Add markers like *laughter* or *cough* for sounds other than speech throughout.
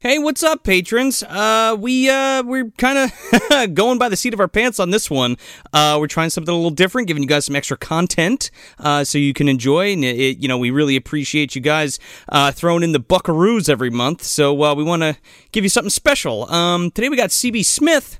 Hey, what's up, patrons? Uh, we uh, we're kind of *laughs* going by the seat of our pants on this one. Uh, we're trying something a little different, giving you guys some extra content uh, so you can enjoy. And it, it- you know, we really appreciate you guys uh, throwing in the buckaroos every month. So uh, we want to give you something special. Um, today we got CB Smith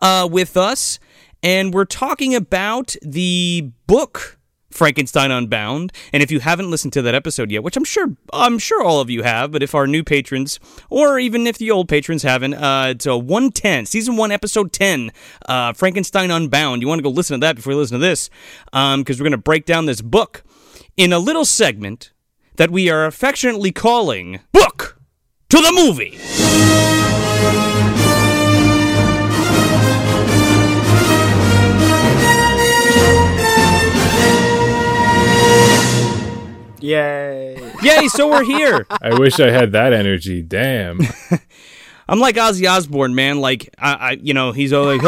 uh, with us, and we're talking about the book Frankenstein Unbound. And if you haven't listened to that episode yet, which I'm sure I'm sure all of you have, but if our new patrons or even if the old patrons haven't, uh, it's a 110, season one, episode 10, uh, Frankenstein Unbound. You want to go listen to that before you listen to this, because we're going to break down this book in a little segment that we are affectionately calling "Book to the Movie." Yay. Yay! So we're here. I wish I had that energy. Damn. I'm like Ozzy Osbourne, man. Like I, I you know, he's all like,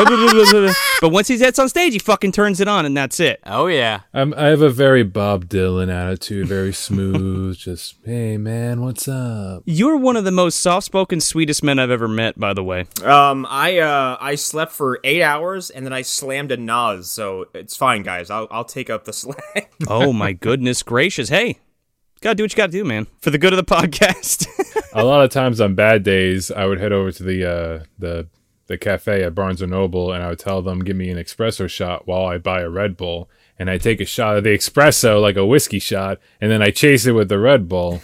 *laughs* but once he gets on stage, he fucking turns it on, and that's it. Oh, yeah. I'm, I have a very Bob Dylan attitude, very smooth. just, hey, man, what's up? You're one of the most soft-spoken, sweetest men I've ever met, by the way. Um, I uh, I slept for eight hours and then I slammed a Nas, so it's fine, guys. I'll I'll take up the *laughs* slack. Oh my goodness gracious! Hey, gotta do what you gotta do, man, for the good of the podcast. *laughs* A lot of times on bad days, I would head over to the uh, the the cafe at Barnes and Noble, and I would tell them, give me an espresso shot while I buy a Red Bull. And I take a shot of the espresso like a whiskey shot, and then I chase it with the Red Bull.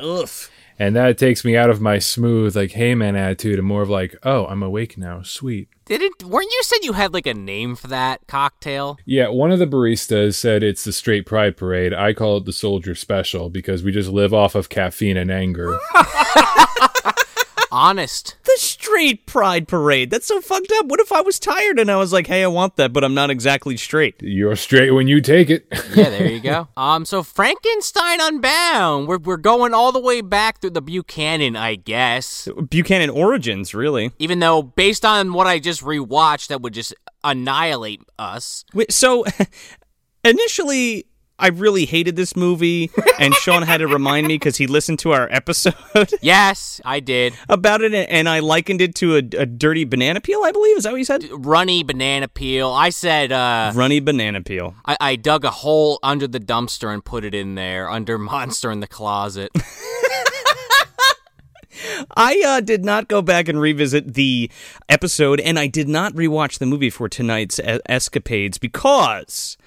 Oof. And that takes me out of my smooth, like, hey, man attitude, and more of like, oh, I'm awake now. Sweet. Didn't weren't you said you had like a name for that cocktail? Yeah, one of the baristas said it's the straight pride parade. I call it the soldier special because we just live off of caffeine and anger. *laughs* Honest. The straight pride parade. That's so fucked up. What if I was tired and I was like, hey, I want that, but I'm not exactly straight? You're straight when you take it. *laughs* Yeah, there you go. um, so Frankenstein Unbound. We're we're going all the way back through the Buchanan, I guess. Buchanan origins, really. Even though based on what I just rewatched, that would just annihilate us. Wait, so *laughs* initially I really hated this movie and Sean had to remind me cuz he listened to our episode *laughs* Yes, I did. about it and I likened it to a, a dirty banana peel, I believe. Is that what you said? Runny banana peel. I said uh Runny banana peel. I, I dug a hole under the dumpster and put it in there under *laughs* monster in the closet. I uh, did not go back and revisit the episode, and I did not rewatch the movie for tonight's e- escapades because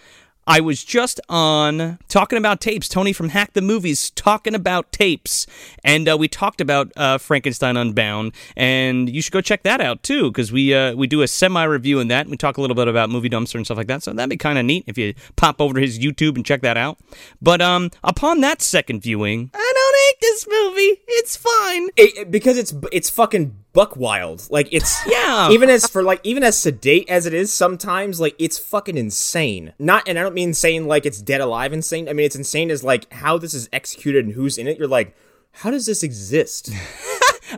I was just on talking about tapes. Tony from Hack the Movies talking about tapes, and uh, we talked about uh, Frankenstein Unbound, and you should go check that out too because we uh, we do a semi review in that, and we talk a little bit about Movie Dumpster and stuff like that. So that'd be kind of neat if you pop over to his YouTube and check that out. But um, upon that second viewing, I don't hate this movie. It's fine. It- it- because it's bu- it's fucking buck wild. Like *laughs* it's Yeah. Even as for like even as sedate as it is sometimes, like it's fucking insane. Not and I don't mean insane like it's dead alive insane. I mean it's insane as like how this is executed and who's in it. You're like, how does this exist?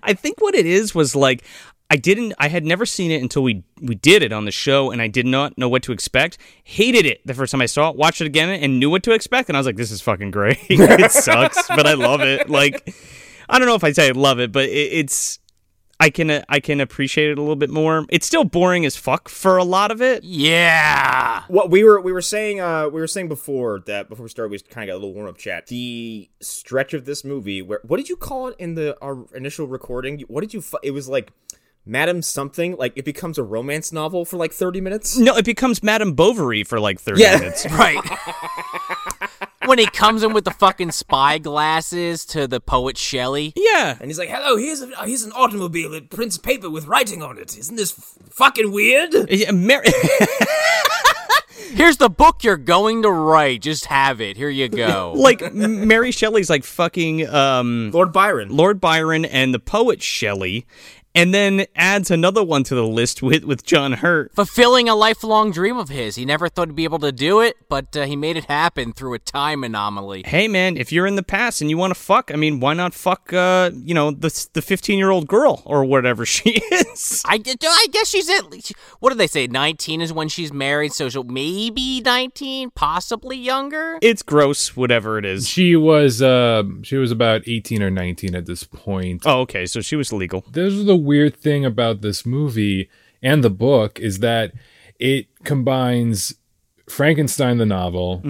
I think what it is was like I didn't I had never seen it until we we did it on the show and I did not know what to expect. Hated it the first time I saw it, watched it again and knew what to expect and I was like this is fucking great. *laughs* it sucks, but I love it. Like I don't know if I say I love it, but it, it's I can uh, I can appreciate it a little bit more. It's still boring as fuck for a lot of it. yeah. what we were we were saying uh we were saying before that before we started we kind of got a little warm up chat the stretch of this movie where what did you call it in the our initial recording what did you fu- it was like madam something like it becomes a romance novel for like 30 minutes No, it becomes Madame Bovary for like 30 Yeah. minutes. Right. *laughs* when he comes in with the fucking spy glasses to the poet Shelley. Yeah. And he's like, "Hello, here's a here's an automobile that prints paper with writing on it. Isn't this f- fucking weird?" *laughs* Yeah, Mar- *laughs* Here's the book you're going to write. Just have it. Here you go. like Mary Shelley's like fucking um lord byron Lord Byron and the poet Shelley. and then adds another one to the list with with John Hurt. fulfilling a lifelong dream of his. He never thought he'd be able to do it, but uh, he made it happen through a time anomaly. Hey man, if you're in the past and you want to fuck, I mean, why not fuck? Uh, you know, the the 15 year old girl or whatever *laughs* she is. I, gu- I guess she's at least, what do they say? 19 is when she's married, so she'll maybe 19, possibly younger. It's gross, whatever it is. She was uh she was about 18 or 19 at this point. Oh, okay, so she was legal. This is the weird thing about this movie and the book is that it combines Frankenstein the novel,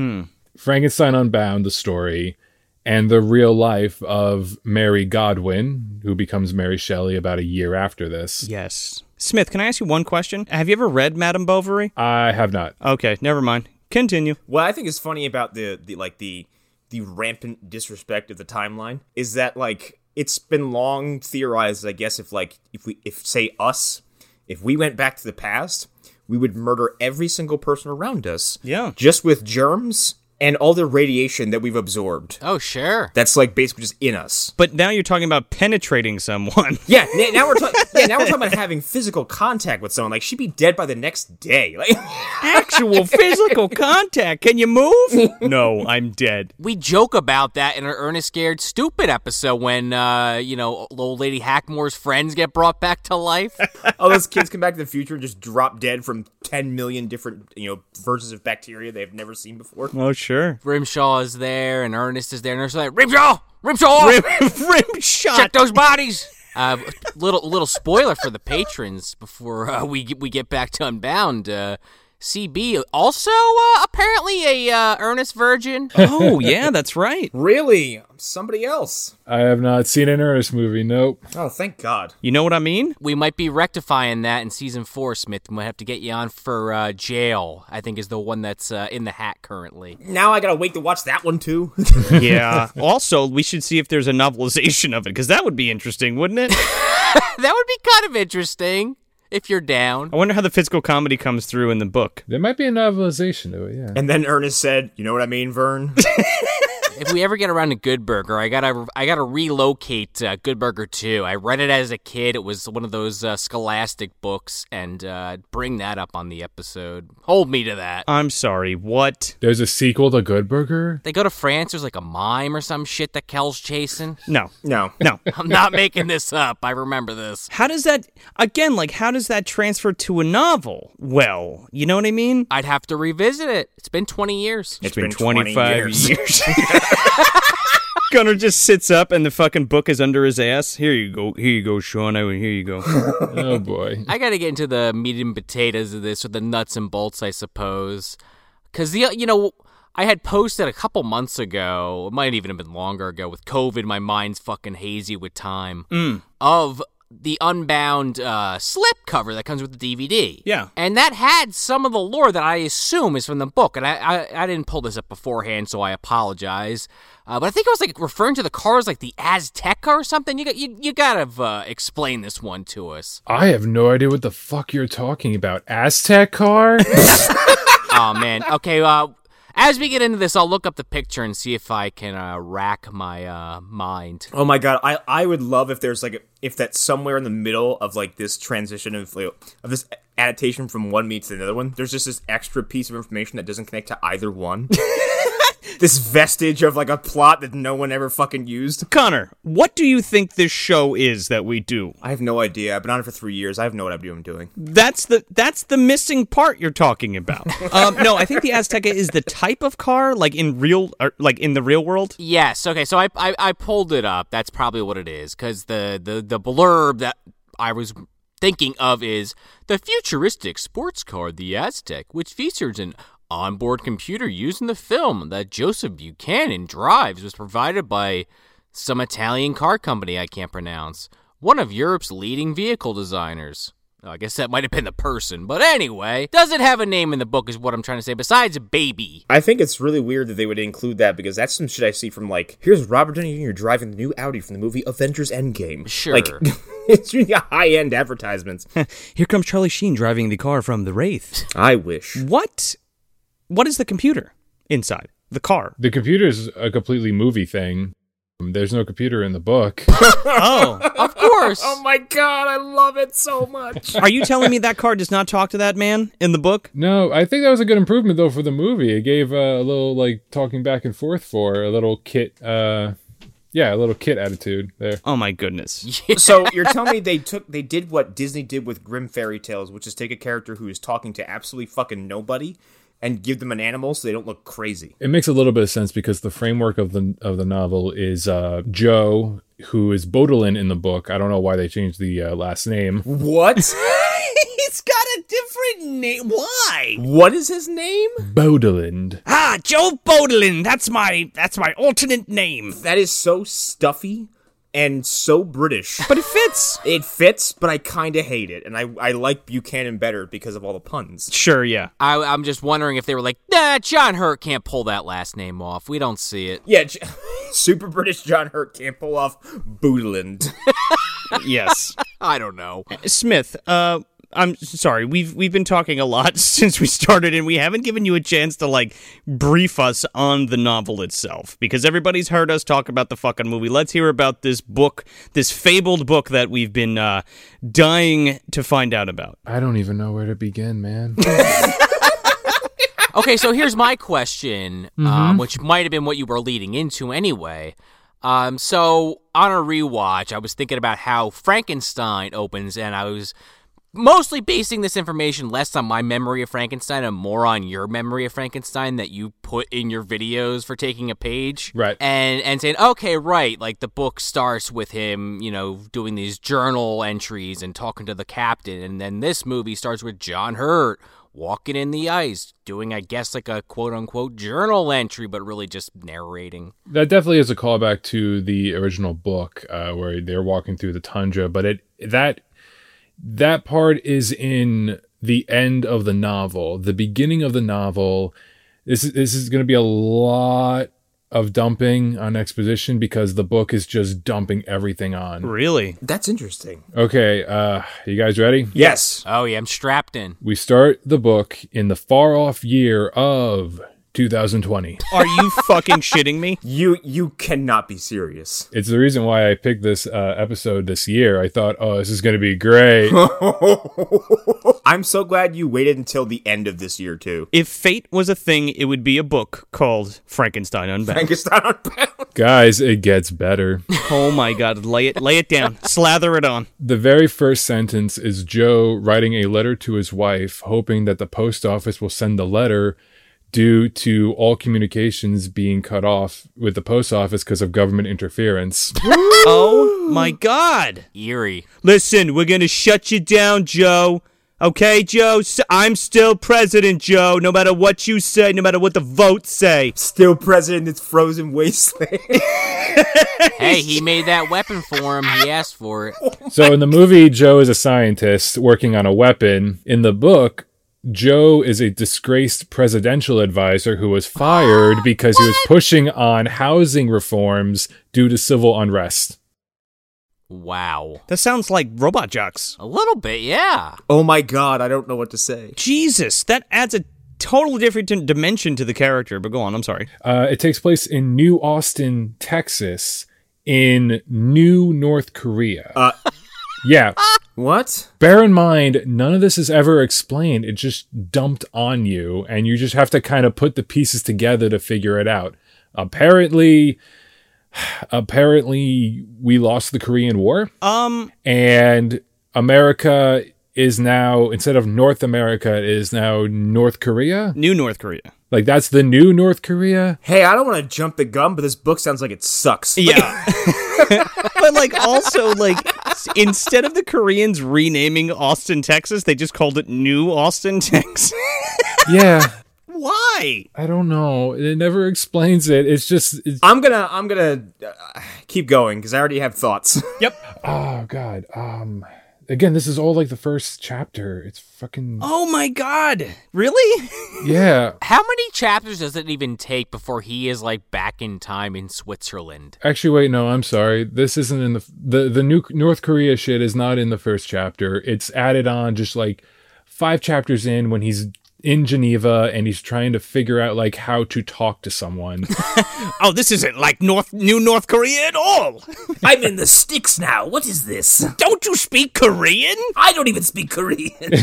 Frankenstein Unbound the story, and the real life of Mary Godwin, who becomes Mary Shelley about a year after this. Yes. Smith, can I ask you one question? Have you ever read Madame Bovary? I have not. Okay, never mind. Continue. What I think is funny about the the like the the rampant disrespect of the timeline is that like it's been long theorized, I guess, if like if we if say us, if we went back to the past, we would murder every single person around us. Yeah. Just with germs and all the radiation that we've absorbed. Oh, sure. That's like basically just in us. But now you're talking about penetrating someone. *laughs* Yeah, na- now we're talking. yeah, now we're talking about having physical contact with someone. Like she'd be dead by the next day. Like, Actual physical contact. Can you move? no, I'm dead. We joke about that in our Ernest Scared Stupid episode when, uh, you know, old lady Hackmore's friends get brought back to life. all those kids come back to the future and just drop dead from ten million different you know versions of bacteria they've never seen before. Oh, sure. Rimshaw is there and Ernest is there, and they're just like, Rimshaw! Rimshaw! Rim, rim *laughs* shot. check those bodies. *laughs* Uh, little little spoiler for the patrons before uh, we get, we get back to Unbound. Uh, CB also uh, apparently a uh, earnest virgin. Oh, yeah, that's right. Really, somebody else. I have not seen an Ernest movie. Nope. Oh, thank God. You know what I mean? We might be rectifying that in season four, Smith. We might have to get you on for uh, jail. I think is the one that's uh, in the hat currently. Now I gotta wait to watch that one too. *laughs* *laughs* Yeah. also, we should see if there's a novelization of it because that would be interesting, wouldn't it? that would be kind of interesting if you're down. I wonder how the physical comedy comes through in the book. There might be a novelization to it, yeah. and then Ernest said, "You know what I mean, Vern? *laughs* if we ever get around to Good Burger, I gotta I gotta relocate uh, Good Burger too. I read it as a kid. It was one of those uh, Scholastic books, and uh, bring that up on the episode. Hold me to that. I'm sorry, what? There's a sequel to Good Burger? They go to France. There's like a mime or some shit that Kel's chasing. No, no, no. I'm not making this up. I remember this. How does that, again, like, how does that transfer to a novel? Well, you know what I mean? I'd have to revisit it. It's been 20 years. It's been 25 *laughs* years. *laughs* Gunnar just sits up and the fucking book is under his ass. Here you go. Here you go, Sean. I here you go. *laughs* Oh boy. I gotta get into the meat and potatoes of this, or the nuts and bolts, I suppose. Because the you know, I had posted a couple months ago. It might even have been longer ago. With COVID, my mind's fucking hazy with time. Of the unbound uh, slip cover that comes with the DVD. Yeah. and that had some of the lore that I assume is from the book. And I I, I didn't pull this up beforehand, so I apologize. Uh, but I think it was like referring to the cars like the Azteca or something. You got you, you gotta uh, explain this one to us. I have no idea what the fuck you're talking about. Aztec car? *laughs* oh man. Okay. Uh, as we get into this, I'll look up the picture and see if I can uh, rack my uh, mind. Oh my god, I I would love if there's like a, if that somewhere in the middle of like this transition of like, of this adaptation from one meet to another one, there's just this extra piece of information that doesn't connect to either *laughs* one. this vestige of like a plot that no one ever fucking used. Connor, what do you think this show is that we do? I have no idea. I've been on it for three years. I have no idea what I'm doing. That's the that's the missing part you're talking about. *laughs* um, no, I think the Azteca is the type of car, like in real, or, like in the real world. Yes. Okay. So I, I I pulled it up. That's probably what it is because the the the blurb that I was thinking of is the futuristic sports car, the Aztec, which features an onboard computer used in the film that Joseph Buchanan drives, was provided by some Italian car company I can't pronounce, one of Europe's leading vehicle designers. I guess that might have been the person, but anyway, doesn't have a name in the book, is what I'm trying to say. Besides, *laughs* baby. I think it's really weird that they would include that because that's some shit I see from like here's Robert Downey Jr. driving the new Audi from the movie Avengers Endgame. Sure. like *laughs* it's really high end advertisements. Here comes Charlie Sheen driving the car from the Wraith. I wish. What? What is the computer inside the car? the computer's a completely movie thing. There's no computer in the book. *laughs* Oh, Of course. Oh my god, I love it so much. are you telling me that car does not talk to that man in the book? no, I think that was a good improvement though for the movie. It gave uh, a little like talking back and forth for a little kit. Uh, yeah, a little kit attitude there. Oh my goodness. *laughs* so you're telling me they took they did what Disney did with Grim Fairy Tales, which is take a character who is talking to absolutely fucking nobody and give them an animal so they don't look crazy. It makes a little bit of sense because the framework of the of the novel is uh, Joe, who is Bodolin in the book. I don't know why they changed the uh, last name. *laughs* What? He's got a different name. Why? what is his name? Bodolin. Ah, Joe Bodolin. That's my that's my alternate name. That is so stuffy and so British. But it fits. It fits, but I kind of hate it, and I, I like Buchanan better because of all the puns. Sure, yeah. I, I'm just wondering if they were like, nah, John Hurt can't pull that last name off. We don't see it. Yeah, J- *laughs* super British John Hurt can't pull off Boodland. Yes. I don't know. Smith, uh I'm sorry. We've we've been talking a lot *laughs* since we started and we haven't given you a chance to like brief us on the novel itself because everybody's heard us talk about the fucking movie. Let's hear about this book, this fabled book that we've been uh dying to find out about. I don't even know where to begin, man. Okay, so here's my question, um, which might have been what you were leading into anyway. Um, so on a rewatch, I was thinking about how Frankenstein opens, and I was mostly basing this information less on my memory of Frankenstein and more on your memory of Frankenstein that you put in your videos for taking a page. Right. And and saying, okay, right, like the book starts with him, you know, doing these journal entries and talking to the captain, and then this movie starts with John Hurt walking in the ice, doing I guess like a quote unquote journal entry, but really just narrating. that definitely is a callback to the original book uh, where they're walking through the tundra but it that that part is in the end of the novel the beginning of the novel this is, this is going to be a lot of dumping on exposition because the book is just dumping everything on Really? That's interesting. okay uh you guys ready Yes. Oh yeah, I'm strapped in. we start the book in the far off year of 2020 Are you fucking *laughs* shitting me? You you cannot be serious. It's the reason why I picked this uh, episode this year. I thought, oh, this is going to be great. I'm so glad you waited until the end of this year too. If fate was a thing, it would be a book called Frankenstein Unbound. Frankenstein Unbound. Guys, it gets better. oh my god, lay it lay it down. Slather it on. the very first sentence is Joe writing a letter to his wife, hoping that the post office will send the letter due to all communications being cut off with the post office because of government interference. Oh my god. *laughs* Eerie. Listen, we're going to shut you down, Joe. Okay, Joe? S- I'm still president, Joe, no matter what you say, no matter what the votes say. Still president in its frozen wasteland. Hey, he made that weapon for him. He asked for it. so in the movie, Joe is a scientist working on a weapon. In the book, Joe is a disgraced presidential advisor who was fired because he was pushing on housing reforms due to civil unrest. Wow. That sounds like robot jocks. A little bit, yeah. oh my god, I don't know what to say. Jesus, that adds a totally different d- dimension to the character, but go on, I'm sorry. Uh, it takes place in New Austin, Texas, in New North Korea. Uh. yeah. What? Bear in mind, none of this is ever explained. It's just dumped on you, and you just have to kind of put the pieces together to figure it out. Apparently, *sighs* apparently, we lost the Korean War Um, and America is now instead of North America it is now North Korea. new North Korea. Like that's the new North Korea. Hey, I don't want to jump the gun, but this book sounds like it sucks. Yeah. but like *laughs* also like s- instead of the Koreans renaming Austin, Texas, they just called it New Austin, *laughs* Texas. Yeah, Why? I don't know. It never explains it. It's just it's, I'm gonna I'm gonna uh, keep going because I already have thoughts. oh god. Um again, this is all like the first chapter. It's fucking Oh my god. Really? yeah. How many chapters does it even take before he is like back in time in Switzerland? Actually, wait, no, I'm sorry. This isn't in the the the new North Korea shit is not in the first chapter. It's added on just like five chapters in when he's in Geneva and he's trying to figure out like how to talk to someone. Oh, this isn't like North New North Korea at all. I'm in the sticks now. What is this? Don't you speak Korean? I don't even speak Korean. *laughs*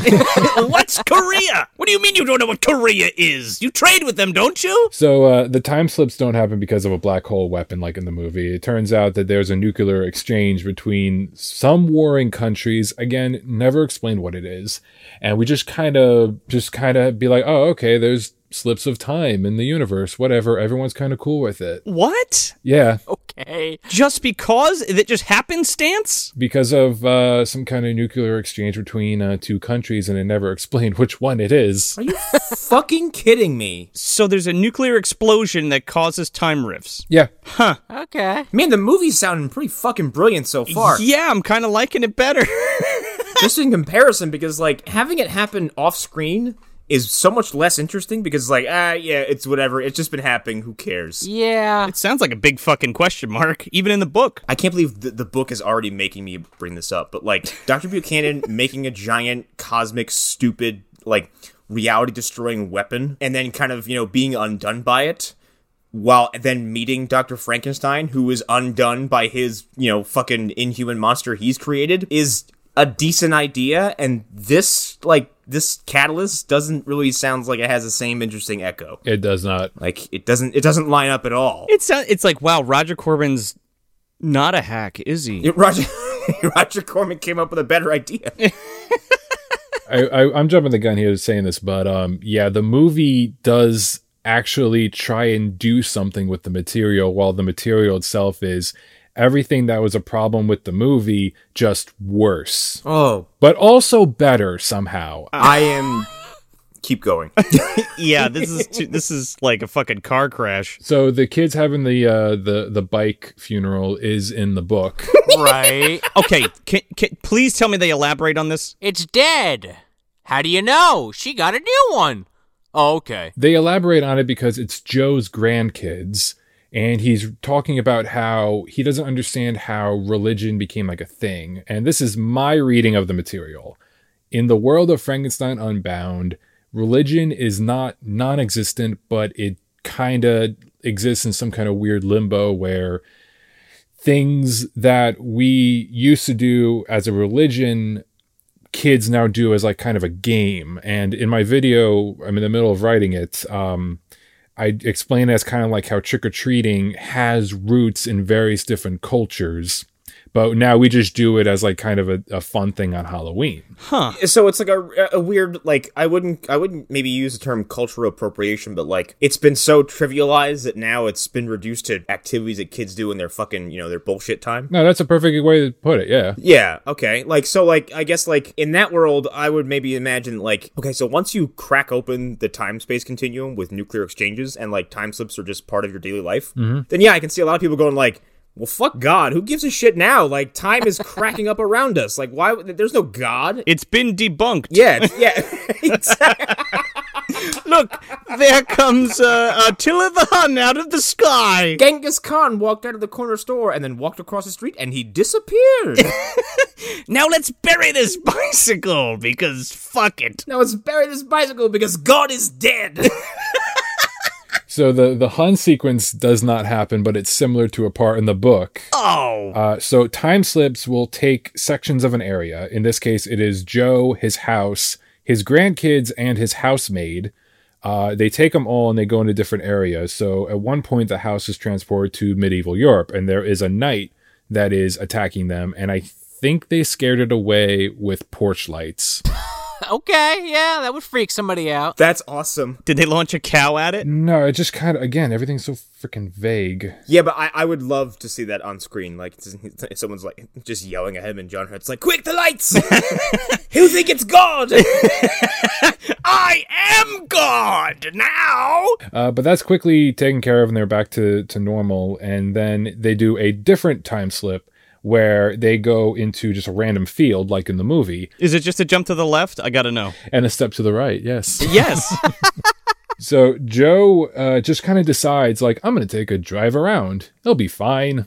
What's Korea? What do you mean you don't know what Korea is? You trade with them, don't you? so uh, the time slips don't happen because of a black hole weapon like in the movie. It turns out that there's a nuclear exchange between some warring countries. Again, never explain what it is. And we just kind of just kind of be like, "Oh, okay, there's slips of time in the universe, whatever. Everyone's kind of cool with it." What? Yeah. Okay. Just because that just happenstance? because of uh, some kind of nuclear exchange between uh, two countries, and it never *laughs* explained which one it is. Are you fucking kidding me? So there's a nuclear explosion that causes time rifts. Yeah, Okay. Man, the movie's sounding pretty fucking brilliant so far. Yeah, I'm kind of liking it better. *laughs* Just in comparison, because like having it happen off screen is so much less interesting because it's like, ah, yeah, it's whatever. It's just been happening. Who cares? Yeah. it sounds like a big fucking question mark, even in the book. I can't believe the, the book is already making me bring this up, but like Dr. Buchanan making a giant cosmic stupid like reality destroying weapon and then kind of, you know, being undone by it while then meeting Dr. Frankenstein who is undone by his, you know, fucking inhuman monster he's created is a decent idea and this like this catalyst doesn't really sounds like it has the same interesting echo. it does not. Like it doesn't it doesn't line up at all. It's uh, it's like wow, Roger Corbin's not a hack, is he? Roger *laughs* Roger Corman came up with a better idea. I, I, I'm jumping the gun here saying this, but um, yeah, the movie does actually try and do something with the material, while the material itself is everything that was a problem with the movie, just worse, Oh, but also better somehow. I am. Uh, *laughs* Keep going. yeah, this is too, this is like a fucking car crash. So the kids having the uh, the the bike funeral is in the book. *laughs* Right. Okay, can, can, please tell me they elaborate on this. It's dead. How do you know? She got a new one. Oh, okay. they elaborate on it because it's Joe's grandkids. And he's talking about how he doesn't understand how religion became like a thing. And this is my reading of the material. In the world of Frankenstein Unbound, religion is not non existent, but it kind of exists in some kind of weird limbo where things that we used to do as a religion kids now do as like kind of a game. And in my video, I'm in the middle of writing it. Um, I explain it as kind of like how trick or treating has roots in various different cultures, but now we just do it as like kind of a, a fun thing on Halloween. so it's like a, a weird like I wouldn't I wouldn't maybe use the term cultural appropriation, but like it's been so trivialized that now it's been reduced to activities that kids do in their fucking you know their bullshit time. No, that's a perfect way to put it. Yeah. Yeah. Okay. Like so. Like I guess like in that world, I would maybe imagine like okay. So once you crack open the time space continuum with nuclear exchanges and like time slips are just part of your daily life, then yeah, I can see a lot of people going like. Well, fuck God. Who gives a shit now? Like, time is cracking up around us. Like, why? would- There's no God. It's been debunked. Yeah, it's- yeah. *laughs* Exactly. Look, there comes uh, Attila the Hun out of the sky. Genghis Khan walked out of the corner store and then walked across the street and he disappeared. Now let's bury this *laughs* bicycle because fuck it. now it's buried his bicycle because God is dead. *laughs* So the, the Hun sequence does not happen, but it's similar to a part in the book. Oh, Uh, so time slips will take sections of an area. In this case, it is Joe, his house, his grandkids, and his housemaid. Uh, they take them all and they go into different areas. So at one point, the house is transported to medieval Europe, and there is a knight that is attacking them. And I think they scared it away with porch lights. Okay. Yeah, that would freak somebody out. That's awesome. did they launch a cow at it? No, it just kind of again everything's so freaking vague. Yeah, but I, I would love to see that on screen. Like, it's- somene's like just yelling at him, and John Hurt's like, Quick, the *laughs* lights! He'll think it's God! *laughs* I am God now. Uh, but that's quickly taken care of and they're back to, to normal. And then they do a different time slip where they go into just a random field, like in the movie, Is it just a jump to the left? I gotta know. and a step to the right. Yes. Yes. so Joe uh, just kind of decides, like, I'm going to take a drive around. It'll be fine.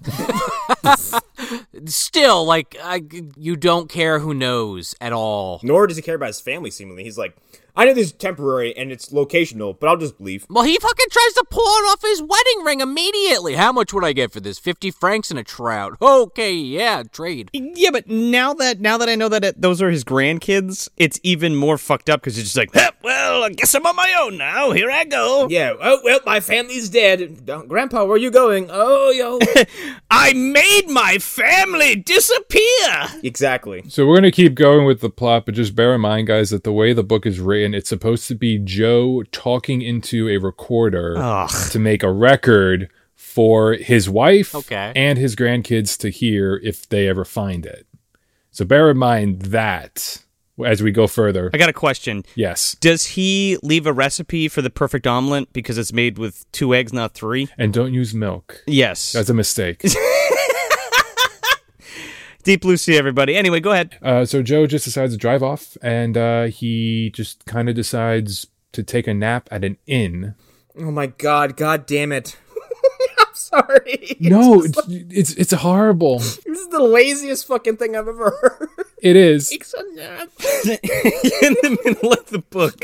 *laughs* Still, like, I, you don't care who knows at all. Nor does he care about his family, seemingly. He's like, I know this is temporary and it's locational, but I'll just leave. Well, he fucking tries to pull it off his wedding ring immediately. How much would I get for this? 50 francs and a trout. Okay, yeah, trade. Yeah, but now that now that I know that it, those are his grandkids, it's even more fucked up because it's just like, "Huh, well, I guess I'm on my own now. Here I go. Yeah. Oh well, my family's dead. Don't- Grandpa, where you going? Oh *laughs* yo. I made my family disappear. Exactly. So we're going to keep going with the plot, but just bear in mind, guys, that the way the book is written, it's supposed to be Joe talking into a recorder to make a record for his wife Okay. and his grandkids to hear if they ever find it. So bear in mind that as we go further. I got a question. yes. Does he leave a recipe for the perfect omelet because it's made with two eggs, not three? And don't use milk. Yes. That's a mistake. Deep blue sea, everybody. Anyway, go ahead. *laughs* Uh, so Joe just decides to drive off, and uh, he just kind of decides to take a nap at an inn. Oh my god, god damn it. *laughs* I'm sorry. No, it's it's, it's horrible. This is the laziest fucking thing I've ever heard. It is. It's a nap. In the middle of the book,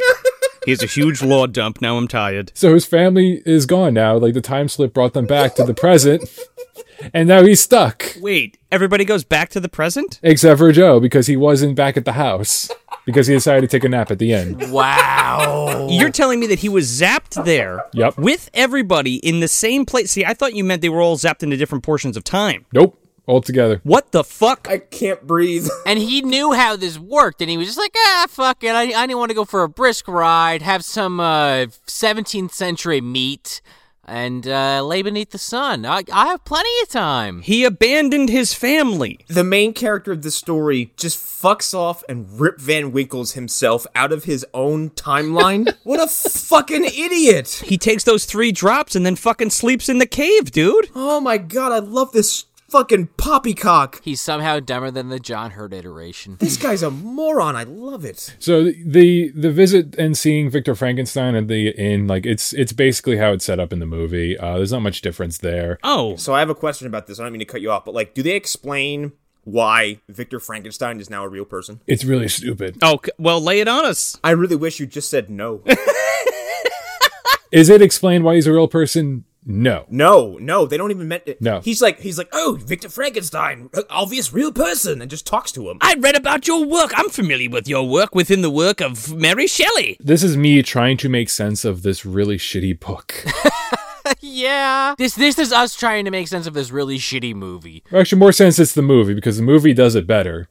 here's a huge law dump. Now I'm tired. So his family is gone now. Like the time slip brought them back to the present, and now he's stuck. Wait, everybody goes back to the present? Except for Joe because he wasn't back at the house because he decided to take a nap at the inn. Wow. You're telling me that he was zapped there Yep. with everybody in the same place. See, I thought you meant they were all zapped into different portions of time. Nope. All together. What the fuck? I can't breathe. and he knew how this worked, and he was just like, ah, fuck it. I, I didn't want to go for a brisk ride, have some uh, 17th century meat, and uh, lay beneath the sun. I, I have plenty of time. He abandoned his family. the main character of the story just fucks off and Rip Van Winkles himself out of his own timeline. what a fucking idiot! He takes those three drops and then fucking sleeps in the cave, dude. Oh my god, I love this fucking poppycock. He's somehow dumber than the John Hurt iteration. This guy's a moron. I love it. So the the visit and seeing Victor Frankenstein at the inn, like it's it's basically how it's set up in the movie. Uh, there's not much difference there. Oh. So I have a question about this. I don't mean to cut you off, but like, do they explain why Victor Frankenstein is now a real person? It's really stupid. Oh, c- well, lay it on us. I really wish you just said no. Is it explained why he's a real person? No. no, no, they don't even meant it. No. He's like, he's like, oh, Victor Frankenstein, uh, obvious real person, and just talks to him. I read about your work. I'm familiar with your work within the work of Mary Shelley. This is me trying to make sense of this really shitty book. yeah. This this is us trying to make sense of this really shitty movie. Actually, more sense it's the movie because the movie does it better,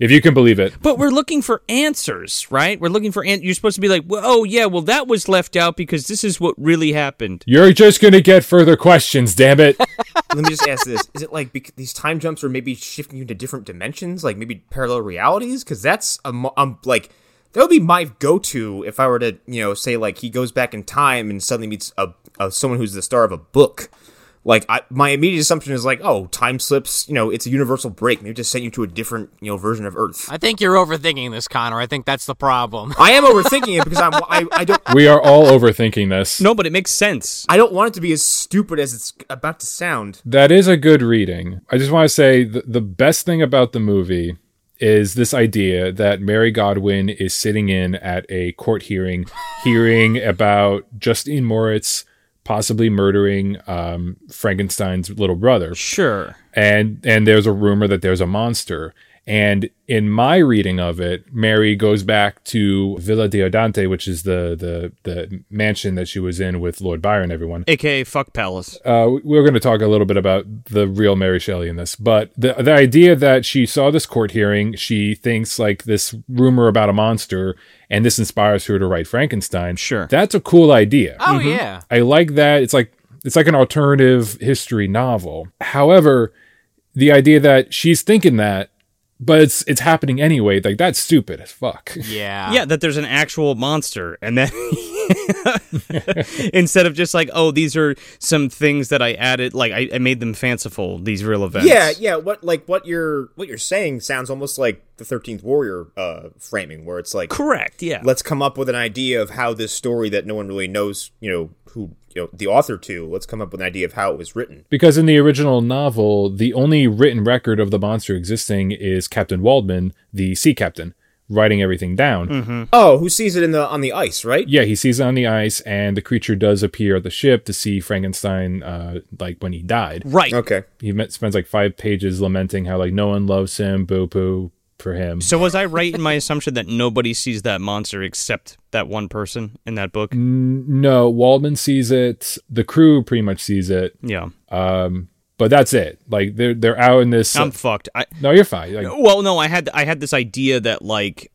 if you can believe it. But we're looking for answers, right? We're looking for an- you're supposed to be like, well, "Oh yeah, well that was left out because this is what really happened." You're just gonna get further questions, damn it. Let me just ask this: Is it like bec- these time jumps are maybe shifting you into different dimensions, like maybe parallel realities? Because that's a mo- um, like that would be my go-to if I were to you know say like he goes back in time and suddenly meets a, a someone who's the star of a book. Like I, my immediate assumption is like, oh, time slips. You know, it's a universal break. Maybe just sent you to a different you know version of Earth. I think you're overthinking this, Connor. I think that's the problem. *laughs* I am overthinking it because I'm I, I don't we are all overthinking this. No, but it makes sense. I don't want it to be as stupid as it's about to sound. That is a good reading. I just want to say the, the best thing about the movie is this idea that Mary Godwin is sitting in at a court hearing, hearing about Justine Moritz possibly murdering um, Frankenstein's little brother. Sure. and and there's a rumor that there's a monster and in my reading of it mary goes back to villa diodante which is the the the mansion that she was in with lord byron everyone AKA fuck palace. uh, we're going to talk a little bit about the real Mary Shelley in this, but the the idea that she saw this court hearing, she thinks like this rumor about a monster, and this inspires her to write Frankenstein. Sure. that's a cool idea. Oh, yeah. I like that. It's like it's like an alternative history novel. However, the idea that she's thinking that, but it's it's happening anyway. Like that's stupid as fuck. *laughs* Yeah. yeah, that there's an actual monster and then *laughs* instead of just like, "Oh, these are some things that I added, like I, I made them fanciful, these real events." Yeah, yeah. What like what you're what you're saying sounds almost like the Thirteenth Warrior uh, framing, where it's like Correct. Yeah. let's come up with an idea of how this story that no one really knows, you know, who you know the author to. Let's come up with an idea of how it was written. Because in the original novel, the only written record of the monster existing is Captain Waldman, the sea captain, writing everything down. Oh, who sees it in the on the ice, right? Yeah, he sees it on the ice, and the creature does appear at the ship to see Frankenstein, uh, like when he died. Right. Okay. He met, spends like five pages lamenting how like no one loves him, boo poo for him. So was I right in my assumption that nobody sees that monster except that one person in that book? Mm. no, Waldman sees it. The crew pretty much sees it, Yeah. but that's it. Like they're they're out in this. I'm fucked. I no, you're fine. Like, well, Um, no, I had I had this idea that like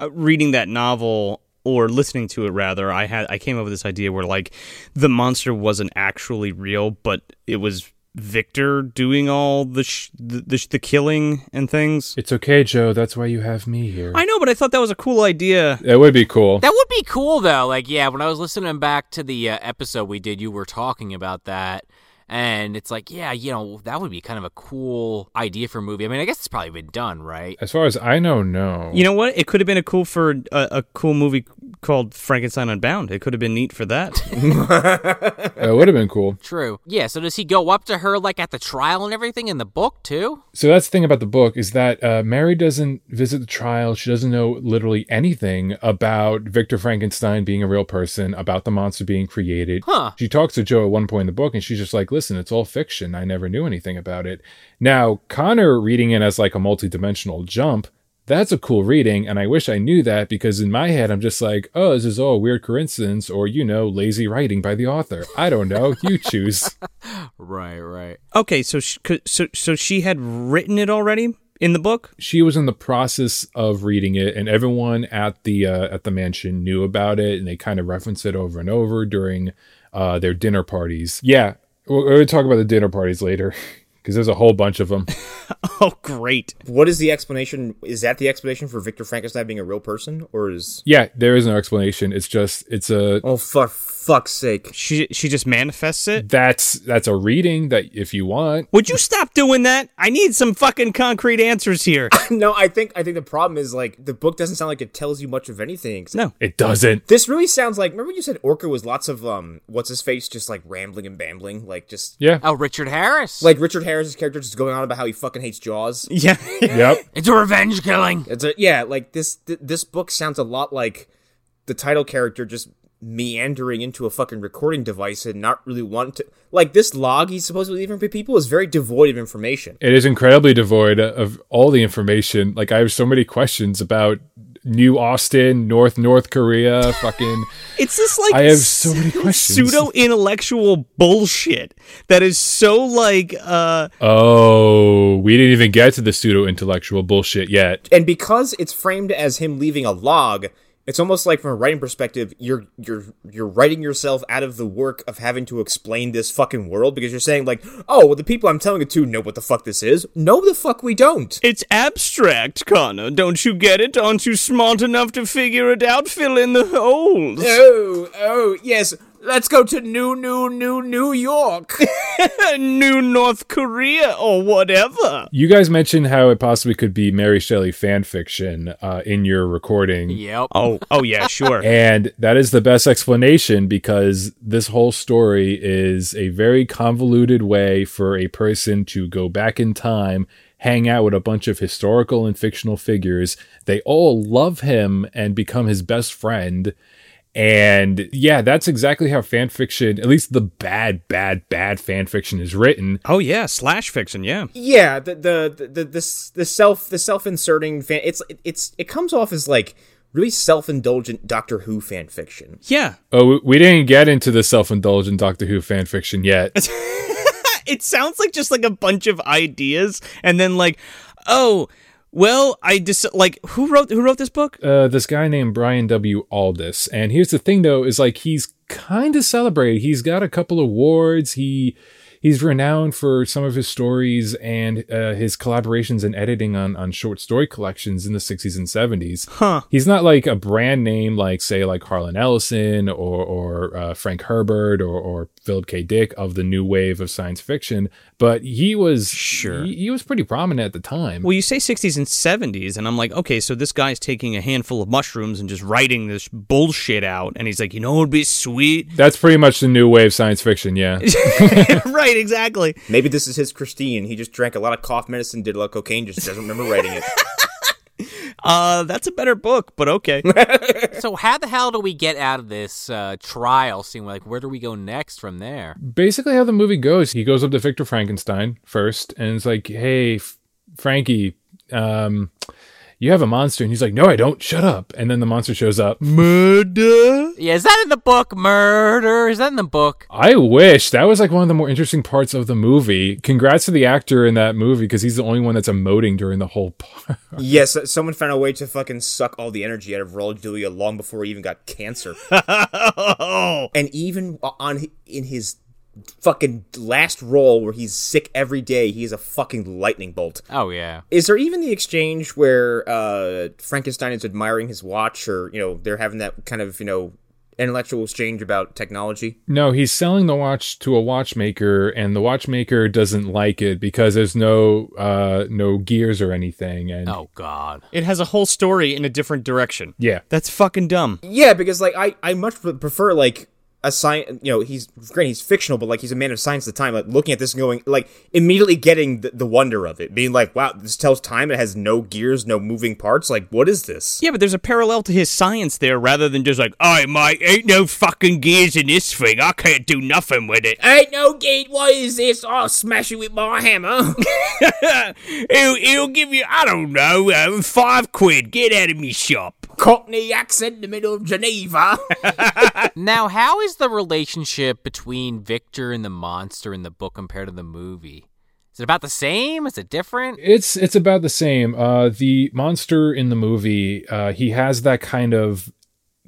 uh, reading that novel or listening to it rather, I had I came up with this idea where like the monster wasn't actually real, but it was Victor doing all the sh- the, the, sh- the killing and things. It's okay, Joe. That's why you have me here. I know, but I thought that was a cool idea. That would be cool. That would be cool though. Like, yeah, when I was listening back to the uh, episode we did, you were talking about that. And it's like, yeah, you know, that would be kind of a cool idea for a movie. I mean, I guess it's probably been done, right? As far as I know, no. You know what? It could have been a cool for a, a cool movie called Frankenstein Unbound. It could have been neat for that. That would have been cool. True. Yeah, so does he go up to her like at the trial and everything in the book too? So that's the thing about the book is that uh, Mary doesn't visit the trial. She doesn't know literally anything about Victor Frankenstein being a real person, about the monster being created. Huh. She talks to Joe at one point in the book, and she's just like, "Listen, it's all fiction. I never knew anything about it." Now Connor reading it as like a multidimensional jump. That's a cool reading, and I wish I knew that because in my head I'm just like, oh, this is all weird coincidence, or you know, lazy writing by the author. I don't know. You choose. Right, right. Okay, so she, could- so so she had written it already in the *laughs* book. she was in the process of reading it and everyone at the uh, at the mansion knew about it and they kind of referenced it over and over during uh, their dinner parties yeah we're going to talk about the dinner parties later *laughs* because there's a whole bunch of them Oh, great! What is the explanation? Is that the explanation for Victor Frankenstein being a real person, or is yeah there is no explanation it's just it's a oh for fuck's sake? *laughs* She she just manifests it. that's that's a reading that if you want Would you stop doing that? I need some fucking concrete answers *laughs* here. No, I think I think the problem is like the book doesn't sound like it tells you much of anything. No. it doesn't This really sounds like remember when you said Orca was lots of um what's his face just like rambling and bambling like just yeah Oh, Richard Harris. like Richard Harris's character just going on about how he fucking hates Jaws. Yeah, yep it's a revenge *laughs* killing. It's a, yeah, like this th- this book sounds a lot like the title character just meandering into a fucking recording device and not really want to like this log he's supposed to leave for people is very devoid of information. It is incredibly devoid of all the information. Like I have so many questions about New Austin, North North Korea, fucking. it's just like I have so many questions. pseudo intellectual bullshit that is so like uh Oh, we didn't even get to the pseudo intellectual bullshit yet. And because it's framed as him leaving a log, it's almost like from a writing perspective, you're you're you're writing yourself out of the work of having to explain this fucking world because you're saying like, oh, well, the people I'm telling it to know what the fuck this is. No, the fuck we don't. it's abstract, Connor. Don't you get it? Aren't you smart enough to figure it out? Fill in the holes. Oh, oh, yes. Let's go to New, New, New, New York. *laughs* New North Korea or whatever. You guys mentioned how it possibly could be Mary Shelley fan fiction uh, in your recording. Yep. Oh, oh yeah, *laughs* sure. And that is the best explanation because this whole story is a very convoluted way for a person to go back in time, hang out with a bunch of historical and fictional figures. They all love him and become his best friend. And yeah, that's exactly how fan fiction, at least the bad, bad, bad fan fiction is written. Oh yeah, slash fiction. Yeah. yeah, the the the the, the, the self the self inserting fan. It's it's it comes off as like really self indulgent Doctor Who fan fiction. *laughs* Yeah. Oh, we- we didn't get into the self indulgent Doctor Who fan fiction yet. It sounds like just like a bunch of ideas, and then like, oh, well, I just like who wrote who wrote this book? uh, this guy named Brian W. Aldis. And here's the thing though, is like he's kind of celebrated. He's got a couple awards. He he's renowned for some of his stories and uh, his collaborations and editing on on short story collections in the 60s and 70s. Huh. He's not like a brand name like say like Harlan Ellison or or uh, Frank Herbert or or Philip K. Dick of the new wave of science fiction, but he was Sure. he, he was pretty prominent at the time. Well, you say 60s and 70s, and I'm like, okay, so this guy's taking a handful of mushrooms and just writing this bullshit out, and he's like, you know, it'd be *laughs* sweet, That's pretty much the new wave science fiction, yeah. right? Exactly. Maybe this is his Christine. He just drank a lot of cough medicine, did a lot of cocaine, just doesn't remember writing it. Uh, that's a better book, but okay. So how the hell do we get out of this uh, trial scene? Like, where do we go next from there? basically how the movie goes he goes up to victor frankenstein first and it's like hey F- frankie um you have a monster and he's like no i don't shut up and then the monster shows *laughs* *laughs* up Murder. Yeah, is that in the book? Murder? Is that in the book? i wish that was like one of the more interesting parts of the movie congrats to the actor in that movie because he's the only one that's emoting during the whole part Yes, someone found a way to fucking suck all the energy out of Raul Julia long before he even got cancer. Oh. and even on in his fucking last role where he's sick every day, he is a fucking lightning bolt. Oh yeah. Is there even the exchange where uh, Frankenstein is admiring his watch, or you know they're having that kind of you know intellectual exchange about technology? *laughs* no he's selling the watch to a watchmaker and the watchmaker doesn't like it because there's no uh no gears or anything and Oh god. It has a whole story in a different direction. yeah That's fucking dumb. Yeah, because like I, I much pre- prefer like a science. You know, he's granted he's fictional, but like he's a man of science at the time. Like looking at this and going, like immediately getting the, the wonder of it, being like, wow, this tells time. It has no gears, no moving parts. Like, what is this? Yeah, but there's a parallel to his science there rather than just like, I mate, ain't no fucking gears in this thing. I can't do nothing with it. *laughs* Ain't no gate. What is this? I'll smash you with my hammer. *laughs* He'll, he'll give you, I don't know, uh, five quid. Get out of me shop. Cockney accent in the middle of Geneva. Now, how is the relationship between Victor and the monster in the book compared to the movie? Is it about the same? Is it different? It's it's about the same. Uh, the monster in the movie, uh, he has that kind of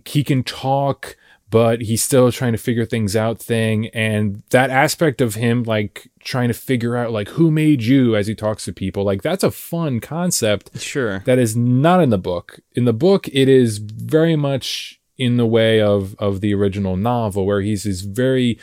he can talk, but he's still trying to figure things out thing, and that aspect of him like trying to figure out like who made you as he talks to people, like that's a fun concept Sure. that is not in the book. In the book, it is very much in the way of of the original novel, where he's this very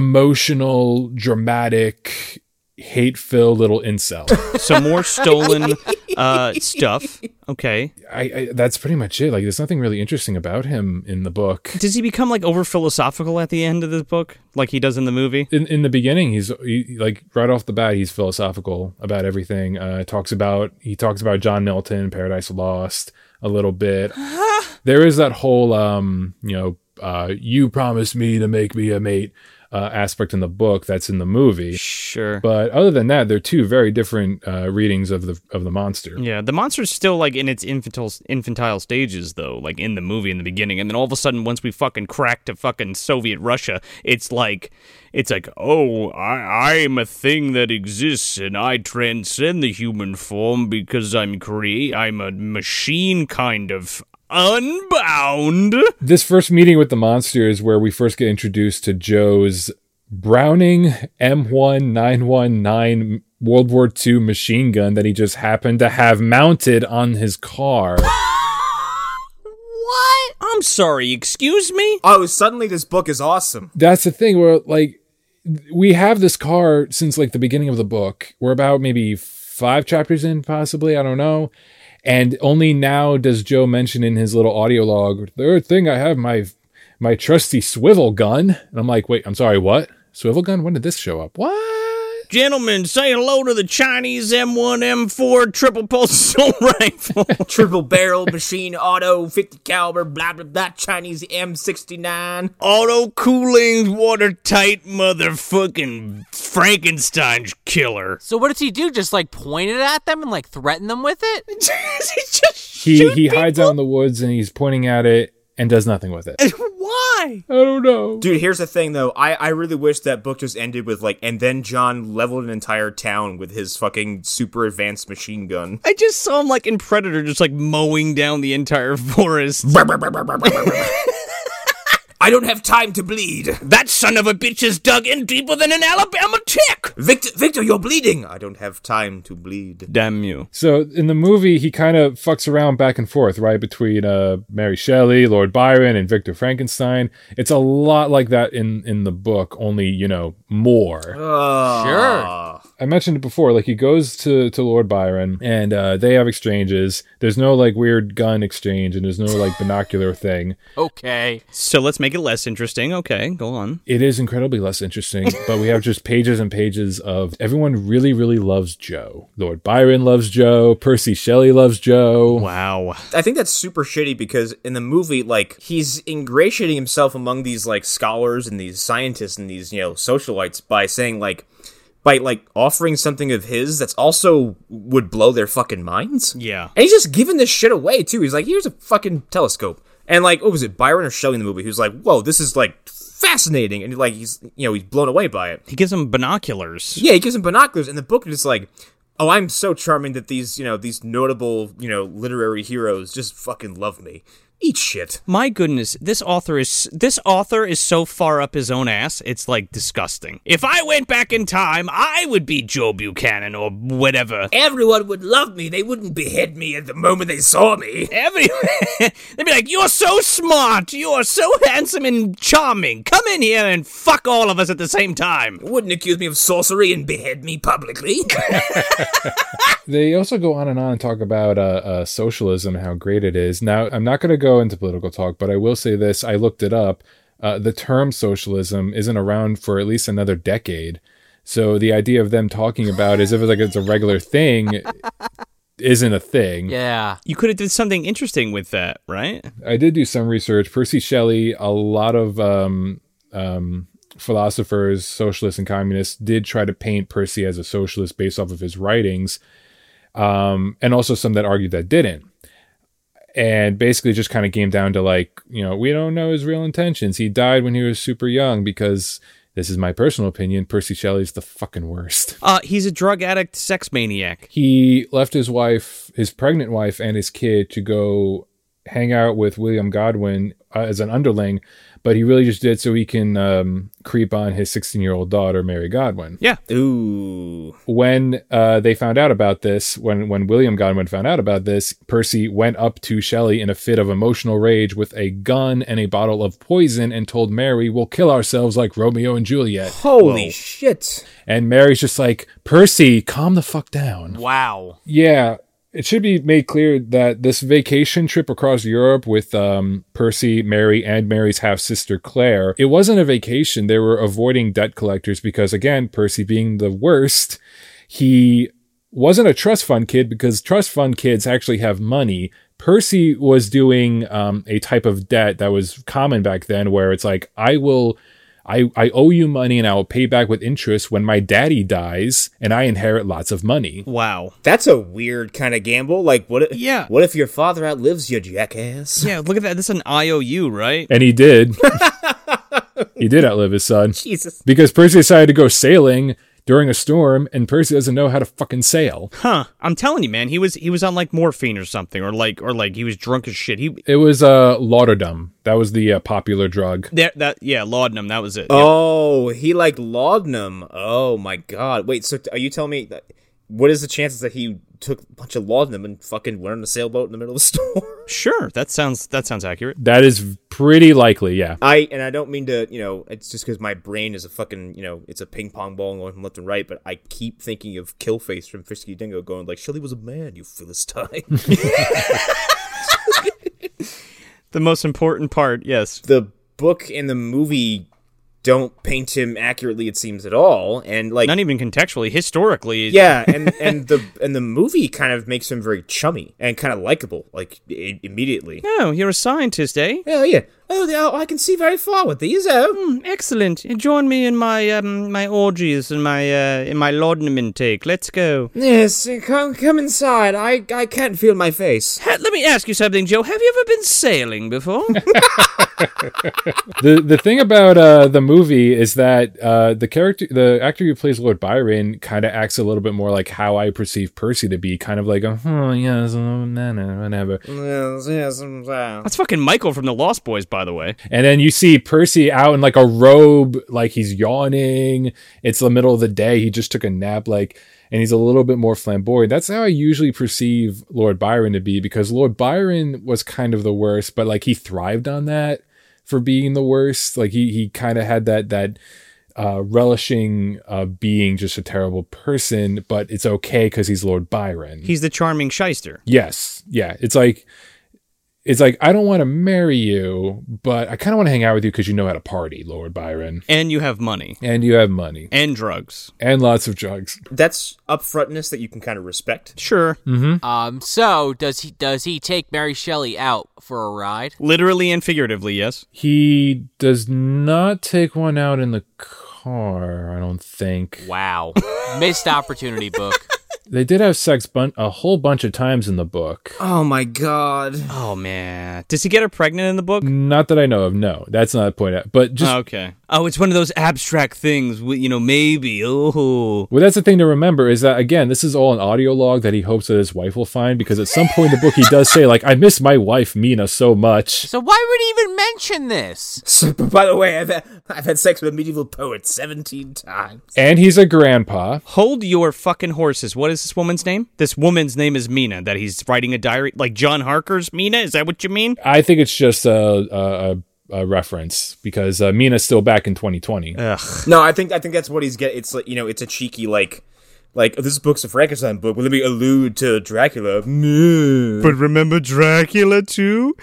emotional, dramatic, hate filled little incel. *laughs* Some more stolen uh, stuff. Okay. I, I that's pretty much it. Like, there's nothing really interesting about him in the book. Does he become like over philosophical at the end of this book, like he does in the movie? In, in the beginning, he's he, like right off the bat, he's philosophical about everything. Uh, talks about he talks about John Milton, Paradise Lost, a little bit. there is that whole um, you know, uh, you promised me to make me a mate uh, aspect in the book that's in the movie. Sure. But other than that, they're two very different uh, readings of the of the monster. Yeah, the monster's still like in its infantile infantile stages though, like in the movie in the beginning, and then all of a sudden, once we fucking crack to fucking Soviet Russia, it's like, it's like, oh, I I'm a thing that exists and I transcend the human form because I'm create I'm a machine kind of unbound. this first meeting with the monster is where we first get introduced to Joe's Browning M1919 World War II machine gun that he just happened to have mounted on his car. What? I'm sorry, excuse me. *laughs* Oh, suddenly this book is awesome. That's the thing where like we have this car since like the beginning of the book. We're about maybe 5 chapters in possibly, I don't know. And only now does Joe mention in his little audio log, "Third thing I have my my trusty swivel gun." And I'm like, "Wait, I'm sorry, what? Swivel gun? When did this show up?" What? Gentlemen, say hello to the Chinese M1 M4 triple pulse *laughs* assault rifle. Triple barrel machine auto, 50 caliber, blah blah blah, Chinese M69. auto cooling, watertight motherfucking Frankenstein's *laughs* killer. So what does he do? Just like point it at them and like threaten them with it? he he *laughs* hides out in the woods and he's pointing at it and does nothing with it. I Why? don't know. Dude, here's the thing though. I, I really wish that book just ended with like, and then John leveled an entire town with his fucking super advanced machine gun. I just saw him like in Predator, just like mowing down the entire *laughs* forest. I don't have time to bleed. That son of a bitch is dug in deeper than an Alabama tick. Victor, Victor, you're bleeding. I don't have time to bleed. Damn you! So in the movie, he kind of fucks around back and forth, right between uh, Mary Shelley, Lord Byron, and Victor Frankenstein. It's a lot like that in in the book, only you know more. Sure. I mentioned it before. Like he goes to to Lord Byron, and uh, they have exchanges. There's no like weird gun exchange, and there's no like binocular thing. Okay. So let's make it less interesting. Okay, go on. It is incredibly less interesting, but we have just pages and pages of everyone really, really loves Joe. Lord Byron loves Joe. Percy Shelley loves Joe. Wow. I think that's super shitty because in the movie, like, he's ingratiating himself among these, like, scholars and these scientists and these, you know, socialites by saying, like, by, like, offering something of his that's also would blow their fucking minds. Yeah. And he's just giving this shit away, too. He's like, here's a fucking telescope. And, like, what was it, Byron or Shelley in the movie? Who's like, whoa, this is, like, fascinating. And, like, he's, you know, he's blown away by it. He gives him binoculars. Yeah, he gives him binoculars, and the book is just like, oh, I'm so charming that these, you know, these notable, you know, literary heroes just fucking love me. Eat shit. My goodness, this author is this author is so far up his own ass. It's like disgusting. If I went back in time, I would be Joe Buchanan or whatever. Everyone would love me. They wouldn't behead me at the moment they saw me. Every *laughs* they'd be like, "You're so smart. You're so handsome and charming. Come in here and fuck all of us at the same time." Wouldn't accuse me of sorcery and behead me publicly. They also go on and on and talk about uh, uh, socialism, how great it is. Now, I'm not going to go into political talk, but I will say this. I looked it up. Uh, the term socialism isn't around for at least another decade. So the idea of them talking about is if it's like it's a regular thing isn't a thing. Yeah. You could have did something interesting with that, right? I did do some research. Percy Shelley, a lot of um, um, philosophers, socialists and communists, did try to paint Percy as a socialist based off of his writings, um, and also some that argued that didn't. And basically, just kind of came down to like, you know, we don't know his real intentions. He died when he was super young because this is my personal opinion. Percy Shelley's the fucking worst. Uh, he's a drug addict, sex maniac. He left his wife, his pregnant wife, and his kid to go hang out with William Godwin uh, as an underling, but he really just did so he can um, creep on his 16 year old daughter, Mary Godwin. Yeah. *laughs* Ooh. When uh, they found out about this, when, when William Godwin found out about this, Percy went up to Shelley in a fit of emotional rage with a gun and a bottle of poison and told Mary, We'll kill ourselves like Romeo and Juliet. Holy shit. And Mary's just like, Percy, calm the fuck down. Wow. Yeah, it should be made clear that this vacation trip across Europe with um, Percy, Mary, and Mary's half sister Claire, it wasn't a vacation. They were avoiding debt collectors because, again, Percy being the worst, he wasn't a trust fund kid because trust fund kids actually have money. Percy was doing um, a type of debt that was common back then where it's like, I will. I, I owe you money and I will pay back with interest when my daddy dies and I inherit lots of money. Wow. That's a weird kind of gamble. Like, what? If, Yeah. What if your father outlives you, jackass? *laughs* Yeah, look at that. That's an IOU, right? And he did. he did outlive his son Jesus. because Percy decided to go sailing during a storm, and Percy doesn't know how to fucking sail. Huh. I'm telling you, man, he was he was on like morphine or something, or like or like he was drunk as shit. He It was uh, lauderdom. That was the uh, popular drug. that that yeah, laudanum. That was it. Yep. Oh, he like laudanum. Oh my god. Wait. So t- are you telling me that? What is the chances that he took a bunch of laudanum and fucking went on a sailboat in the *laughs* middle of a storm? Sure, that sounds that sounds accurate. That is pretty likely, yeah. I and I don't mean to, you know, it's just because my brain is a fucking, you know, it's a ping pong ball going from left and right. But I keep thinking of Killface from Frisky Dingo going like, "Shelly was a man, you philistine." The most important part, yes. the book and the movie don't paint him accurately, it seems at all, and like, Not even contextually, historically. *laughs* yeah, and and the and the movie kind of makes him very chummy and kind of likable, like i immediately. Oh, you're a scientist, eh? Oh yeah. Oh, yeah, I can see very far with these. Oh, Mm, Excellent. Join me in my um, my orgies and my uh, in my laudanum intake. Let's go. yes. Come, come inside. I, I can't feel my face. Ha- let me ask you something, Joe. Have you ever been sailing *laughs* before? the The thing about uh, the movie is that uh, the character, the actor who plays Lord Byron, kind of acts a little bit more like how I perceive Percy to be, kind of like, oh yeah, so, nah, nah, whatever. Yes, yes, mm, That's fucking Michael from the Lost Boys, by the way. And then you see Percy out in like a robe, like he's yawning. It's the middle of the day. He just took a nap, like, and he's a little bit more flamboyant. That's how I usually perceive Lord Byron to be because Lord Byron was kind of the worst, but like he thrived on that for being the worst. Like he he kind of had that that uh, relishing uh, being just a terrible person, but it's okay because he's Lord Byron. He's the charming shyster. Yes. Yeah. It's like It's like I don't want to marry you, but I kind of want to hang out with you because you know how to party, Lord Byron, and you have money and you have money and drugs. and lots of drugs. That's upfrontness that you can kind of respect. Sure. Um, so does he does he take Mary Shelley out for a ride? Literally and figuratively, yes. He does not take one out in the car. I don't think Wow, *laughs* missed opportunity book. they did have sex bun- a whole bunch of times in the book. Oh my god. Oh man, does he get her pregnant in the book? Not that I know of. No, that's not a point. Out, but just okay. Oh, it's one of those abstract things. w- You know, maybe. Oh, Well, that's the thing to remember is that again, this is all an audio log that he hopes that his wife will find because at some point in the book he does say like, "I miss my wife Mina so much." So why would he even mention this? So, but by the way, I've had, I've had sex with a medieval poet 17 times. And he's a grandpa. hold your fucking horses. What is this woman's name? This woman's name is Mina. That he's writing a diary, like John Harker's Mina. Is that what you mean? I think it's just a a, a, a reference because uh, Mina's still back in 2020. No, I think I think that's what he's get. It's like you know, it's a cheeky like, like oh, this book's a Frankenstein book. Well, let me allude to Dracula. But remember Dracula too.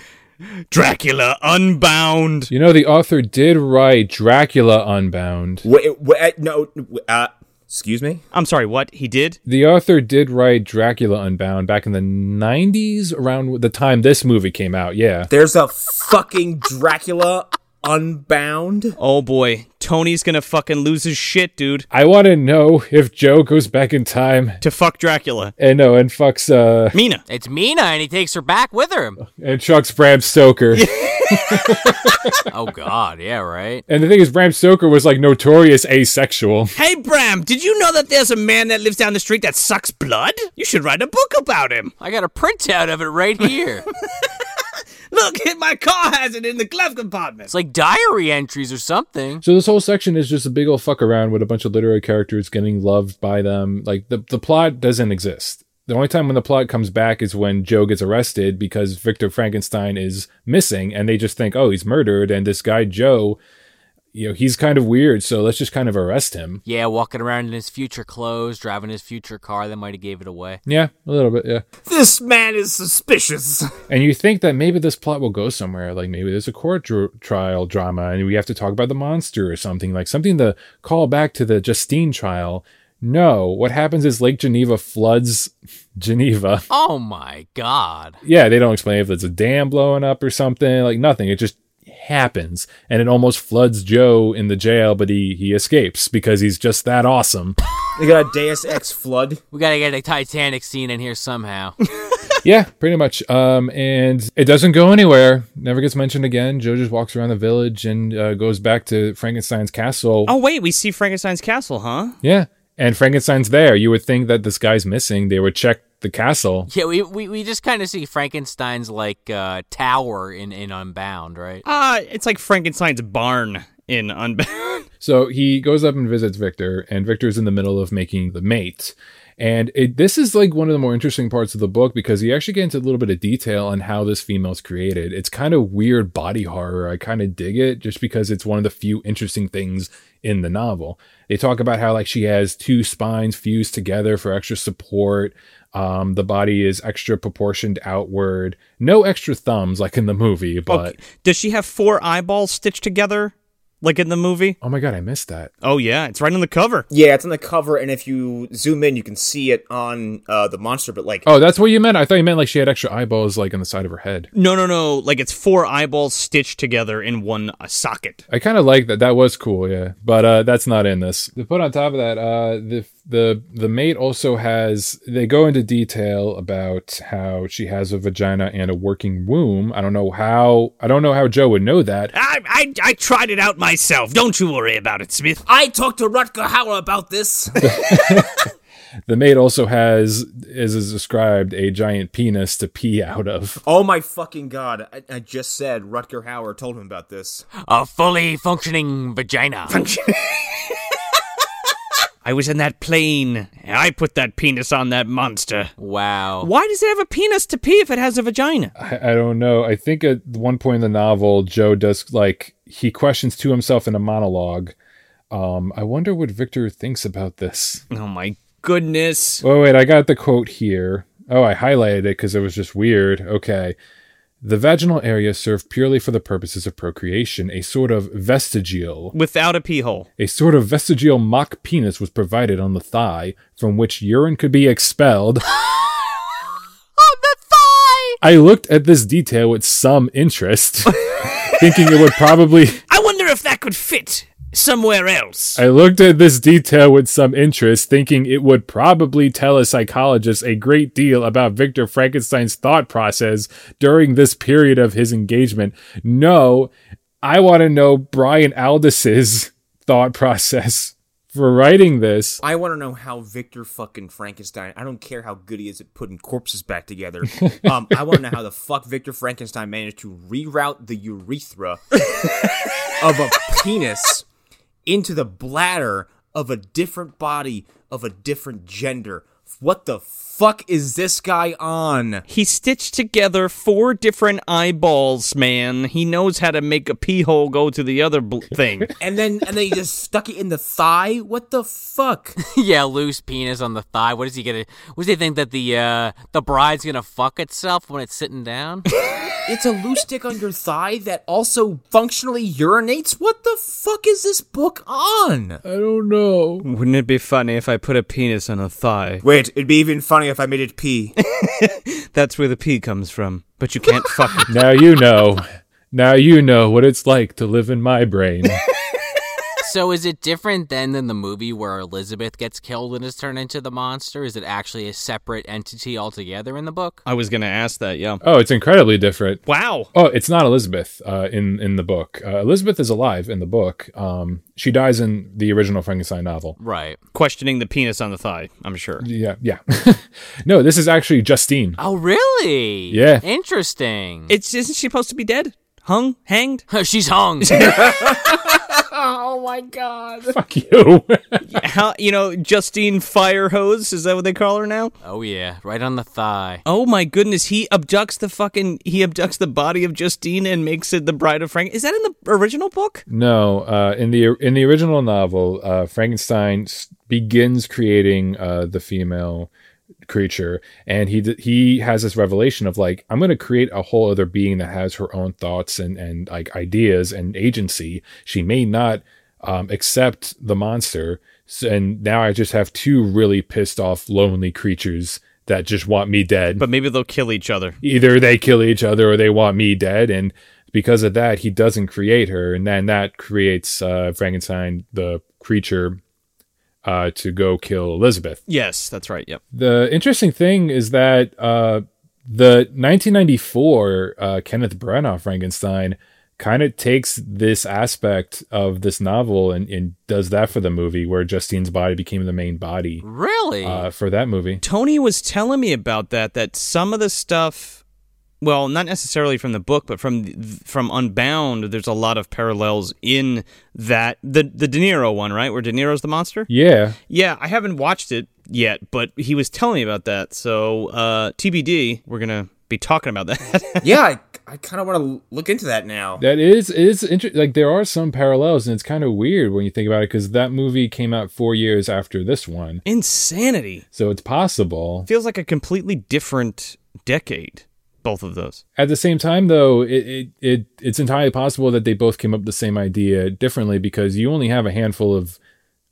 Dracula Unbound. you know, the author did write Dracula Unbound. Wait, wait, no, uh, excuse me. I'm sorry. What he did? The author did write Dracula Unbound back in the 90s, around the time this movie came out. Yeah. There's a fucking Dracula Unbound. Oh boy, Tony's gonna fucking lose his shit, dude. I want to know if Joe goes back in time To fuck Dracula, and no, and fucks uh Mina. It's Mina, and he takes her back with him. and Chuck's Bram Stoker. Oh God, yeah, right. And the thing is, Bram Stoker was like notorious asexual. Hey Bram, did you know that there's a man that lives down the street that sucks blood? You should write a book about him. I got a printout of it right here. Look, *laughs* my car has it in the glove compartment. It's like diary entries or something. So this whole section is just a big old fuck around with a bunch of literary characters getting loved by them. Like the the plot doesn't exist. The only time when the plot comes back is when Joe gets arrested because Victor Frankenstein is missing, and they just think, oh, he's murdered, and this guy Joe, you know, he's kind of weird, so let's just kind of arrest him. Yeah, walking around in his future clothes, driving his future car. That might have gave it away. Yeah, a little bit, yeah. This man is suspicious. And you think that maybe this plot will go somewhere, like maybe there's a court dr- trial drama, and we have to talk about the monster or something, like something to call back to the Justine trial. No, what happens is Lake Geneva floods *laughs* Geneva. *laughs* Oh my God. Yeah, they don't explain if it's a dam blowing up or something, like nothing. It just happens, and it almost floods Joe in the jail, but he he escapes because he's just that awesome. They got a Deus Ex flood. We gotta get a Titanic scene in here somehow. Yeah, pretty much. Um, and it doesn't go anywhere. Never gets mentioned again. Joe just walks around the village and uh, goes back to Frankenstein's castle. Oh wait, we see Frankenstein's castle, huh? Yeah, and Frankenstein's there. You would think that this guy's missing. They would check the castle. yeah, we, we, we just kind of see Frankenstein's like uh, tower in, in Unbound, right? Uh, it's like Frankenstein's barn in Unbound. So he goes up and visits Victor, and Victor's in the middle of making the mate. And it, this is like one of the more interesting parts of the book because he actually gets into a little bit of detail on how this female's created. It's kind of weird body horror. I kind of dig it just because it's one of the few interesting things in the novel. They talk about how like she has two spines fused together for extra support. Um, the body is extra proportioned outward. No extra thumbs like in the movie, but *laughs* Does she have four eyeballs stitched together, like in the movie? oh my god, I missed that. Oh yeah, it's right on the cover. Yeah, it's on the cover, and if you zoom in, you can see it on uh, the monster. But like, Oh, that's what you meant. I thought you meant like she had extra eyeballs like on the side of her head. No, no, no. Like it's four eyeballs stitched together in one uh, socket. I kind of like that. That was cool, yeah. But uh, that's not in this. To put on top of that, uh, the the the mate also has. They go into detail about how she has a vagina and a working womb. I don't know how. I don't know how Joe would know that. I, I, I tried it out myself. Don't you worry about it, Smith. I talked to Rutger Hauer about this. The mate also has, as is described, a giant penis to pee out of. oh my fucking god! I, I just said Rutger Hauer told him about this. A fully functioning vagina. I was in that plane. and I put that penis on that monster. wow. *laughs* Why does it have a penis to pee if it has a vagina? I, I don't know. I think at one point in the novel, Joe does like he questions to himself in a monologue. Um, I wonder what Victor thinks about this. Oh my goodness. Oh, wait, I got the quote here. Oh, I highlighted it because it was just weird. Okay. The vaginal area served purely for the purposes of procreation, a sort of vestigial. without a pee hole. A sort of vestigial mock penis was provided on the thigh from which urine could be *laughs* expelled. On the thigh! I looked at this detail with some *laughs* interest, thinking it would probably. I wonder if that could fit somewhere else. I looked at this detail with some interest, thinking it would probably tell a psychologist a great deal about Victor Frankenstein's thought process during this period of his engagement. No, I want to know Brian Aldiss's thought process for writing this. I want to know how Victor fucking Frankenstein. I don't care how good he is at putting corpses back together. Um, I want to know how the fuck Victor Frankenstein managed to reroute the urethra of a penis into the bladder of a different body of a different gender. What the fuck is this guy on? He stitched together four different eyeballs, man. He knows how to make a pee hole go to the other bl- thing. And then and then he just stuck it in the thigh. What the fuck? yeah, loose penis on the thigh. What is he gonna? What does he think that the uh, the bride's gonna fuck itself when it's sitting down? It's a loose stick on your thigh that also functionally urinates? What the fuck is this book on? I don't know. Wouldn't it be funny if I put a penis on a thigh? Wait, it'd be even funny if I made it pee. That's where the pee comes from. But you can't fuck *laughs* it. Now you know. Now you know what it's like to live in my *laughs* brain. so is it different then than the movie where Elizabeth gets killed and is turned into the monster? Is it actually a separate entity altogether in the book? I was gonna ask that. Yeah. Oh, it's incredibly different. Wow. Oh, it's not Elizabeth uh, in in the book. Uh, Elizabeth is alive in the book. Um, she dies in the original Frankenstein novel. Right. Questioning the penis on the thigh. I'm sure. Yeah, yeah. *laughs* no, this is actually *laughs* Justine. Oh, really? Yeah. Interesting. It's isn't she supposed to be dead? Hung? Hanged? *laughs* She's hung. Fuck you. *laughs* How you know Justine Fire Hose? Is that what they call her now? oh yeah, right on the thigh. Oh my goodness, he abducts the fucking he abducts the body of Justine and makes it the bride of Frank. Is that in the original book? no, uh, in the in the original novel, uh, Frankenstein s- begins creating uh, the female creature, and he d- he has this revelation of like, I'm going to create a whole other being that has her own thoughts and and like ideas and agency. She may not um, accept the monster. So, and now I just have two really pissed off, lonely creatures that just want me dead. But maybe they'll kill each other. either they kill each other or they want me dead and because of that he doesn't create her and then that creates uh, frankenstein the creature uh, to go kill elizabeth Yes, that's right. Yep. the interesting thing is that uh, the 1994 uh, kenneth branagh frankenstein kind of takes this aspect of this novel and, and does that for the movie where justine's body became the main body Really? uh, for that movie Tony was telling me about that that some of the stuff well, not necessarily from the book, but from from Unbound, there's a lot of parallels in that the the De Niro one, right? Where De Niro's the monster? yeah Yeah, I haven't watched it yet, but he was telling me about that. So, uh, TBD, we're gonna be talking about that. *laughs* *laughs* yeah, I, I kind of want to look into that now. That is it is interesting. Like there are some parallels, and it's kind of weird when you think about it because that movie came out four years after this one, Insanity so it's possible. feels like a completely different decade. Both of those. At the same time, though, it, it it it's entirely possible that they both came up with the same idea differently because you only have a handful of.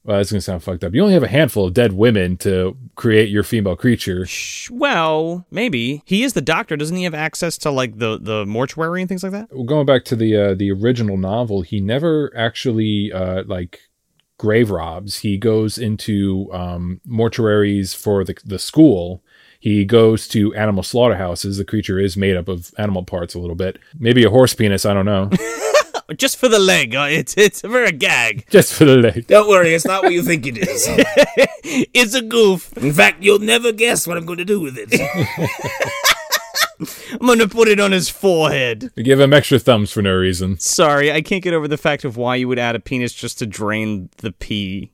Well, that's gonna sound fucked up. You only have a handful of dead women to create your female creature. Sh- Well, maybe he is the doctor. Doesn't he have access to like the the mortuary and things like that? Well, Going back to the uh, the original novel, he never actually uh, like grave robs. He goes into um, mortuaries for the the school. He goes to animal slaughterhouses. The creature is made up of animal parts a little bit, maybe a horse penis. I don't know. Just for the leg. Uh, it's it's for a gag. *laughs* Just for the leg. Don't worry, it's not what you think it is. It's a goof. In fact, you'll never guess what I'm going to do with it. I'm gonna put it on his forehead. Give him extra thumbs for no reason. Sorry, I can't get over the fact of why you would add a penis just to drain the pee.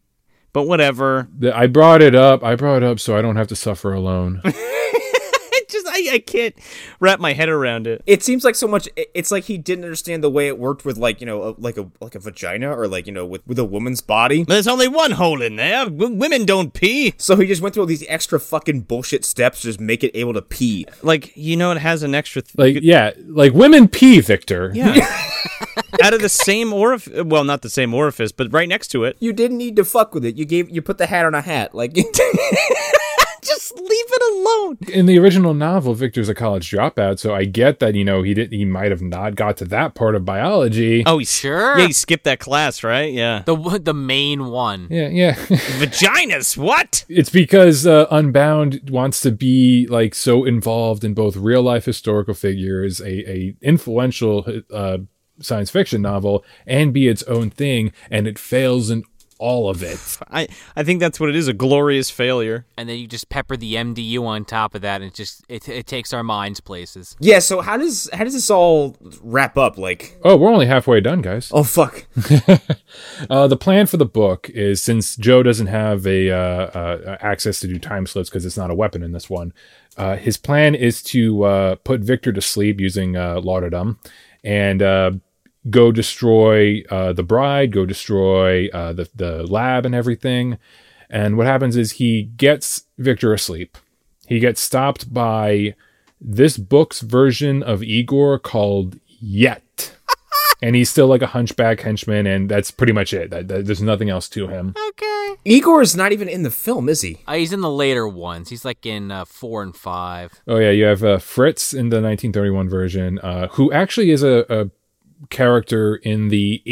But whatever. *laughs* The- I brought it up. I brought it up so I don't have to suffer alone. just I, I can't wrap my head around it. *laughs* It seems like so much. it- It's like he didn't understand the way it worked with like you know a, like a like a vagina or like you know with with a woman's body. There's only one hole in there. W- women don't pee. So he just went through all these extra fucking bullshit steps to just make it able to pee. Like you know, it has an extra th- Like yeah, like women pee, Victor. yeah. out of the same orifice. Well, not the same orifice, but right next to it. You didn't need to fuck with it. You gave you put the hat on a hat. Like *laughs* Just leave it alone. In the original novel, Victor's a college dropout, so I get that you know he didn't. He might have not got to that part of biology. Oh, he's Sure. Yeah, he skipped that class, right? Yeah. The one- the main one. Yeah, yeah. *laughs* Vaginas. What? It's because uh, Unbound wants to be like so involved in both real life historical figures, a, a influential uh, science fiction novel, and be its own thing, and it fails in all of it. I I think that's what it is. A glorious failure. And then you just pepper the MDU on top of that, and it just it, it takes our minds places. yeah. So how does how does this all wrap up? Like Oh, we're only halfway done, guys. oh fuck. Uh, the plan for the book is since Joe doesn't have a uh, uh, access to do time slips because it's not a weapon in this one, uh, his plan is to uh, put Victor to sleep using uh, lauderdom and uh, go destroy uh, the bride, go destroy uh, the the lab and everything. And what happens is he gets Victor asleep. He gets stopped by this book's version of Igor called Yet and he's still like a hunchback henchman, and that's pretty much it. That, that- there's nothing else to him. Okay. Igor is not even in the film, is he? Uh, he's in the later ones. He's like in uh, four and five. Oh yeah, you have uh, Fritz in the 1931 version, uh, who actually is a, a character in the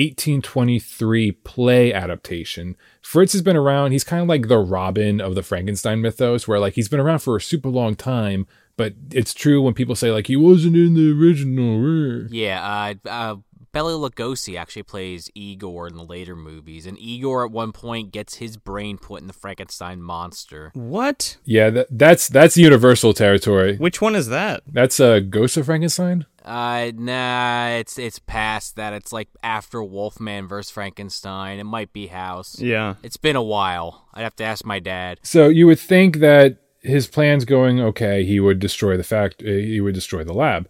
1823 play adaptation. Fritz has been around. He's kind of like the Robin of the Frankenstein mythos, where like he's been around for a super long time. But it's true when people say like he wasn't in the original. Yeah. Uh, uh, Bela Lugosi actually plays Igor in the later movies, and Igor at one point gets his brain put in the Frankenstein monster. What? Yeah, that, that's that's universal territory. Which one is that? That's a uh, Ghost of Frankenstein. Uh, nah, it's it's past that. It's like after Wolfman versus Frankenstein. It might be House. Yeah. It's been a while. I'd have to ask my dad. So you would think that his plan's going okay. He would destroy the fact. uh, He would destroy the lab.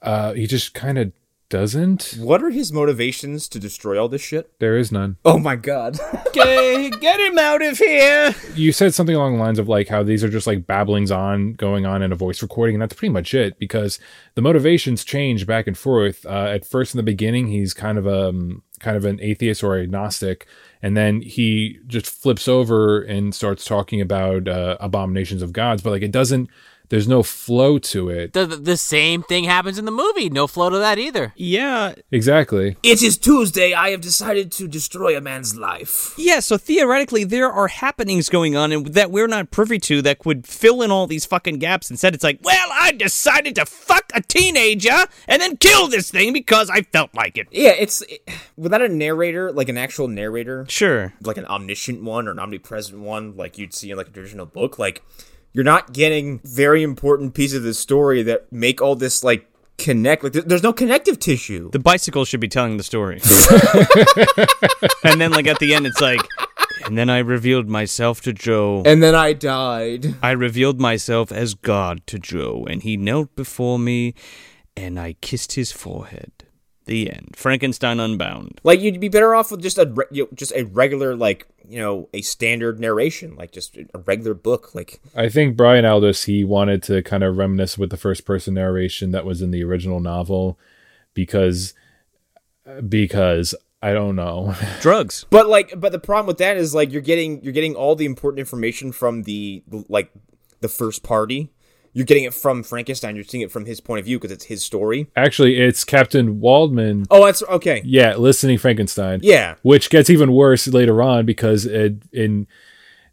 Uh, he just kind of doesn't. What are his motivations to destroy all this shit? There is none. Oh my god. *laughs* Okay, get him out of here. You said something along the lines of like how these are just like babblings on going on in a voice recording, and that's pretty much it because the motivations change back and forth. Uh, at first, in the beginning, he's kind of um kind of an atheist or agnostic, and then he just flips over and starts talking about uh, abominations of gods, but like it doesn't. There's no flow to it. The, the, the same thing happens in the movie. No flow to that either. Yeah. Exactly. It is Tuesday. I have decided to destroy a man's life. Yeah, so theoretically there are happenings going on and that we're not privy to that could fill in all these fucking gaps. Instead it's like, well, I decided to fuck a teenager and then kill this thing because I felt like it. yeah, it's without a narrator, like an actual narrator, Sure. like an omniscient one or an omnipresent one, like you'd see in like a traditional book, like you're not getting very important pieces of the story that make all this like connect. Like there- there's no connective tissue. The bicycle should be telling the story. and then like at the end it's like and then I revealed myself to Joe. and then I died. I revealed myself as God to Joe, and he knelt before me, and I kissed his forehead. The end. Frankenstein Unbound. Like you'd be better off with just a re- you know, just a regular like you know a standard narration, like just a regular book. Like I think Brian Aldiss he wanted to kind of reminisce with the first person narration that was in the original novel because because I don't know. *laughs* Drugs. But like, but the problem with that is like you're getting you're getting all the important information from the like the first party. You're getting it from Frankenstein. You're seeing it from his point of view because it's his story. Actually, it's Captain Waldman. Oh, that's okay. Yeah, listening Frankenstein. Yeah. which gets even worse later on because it, in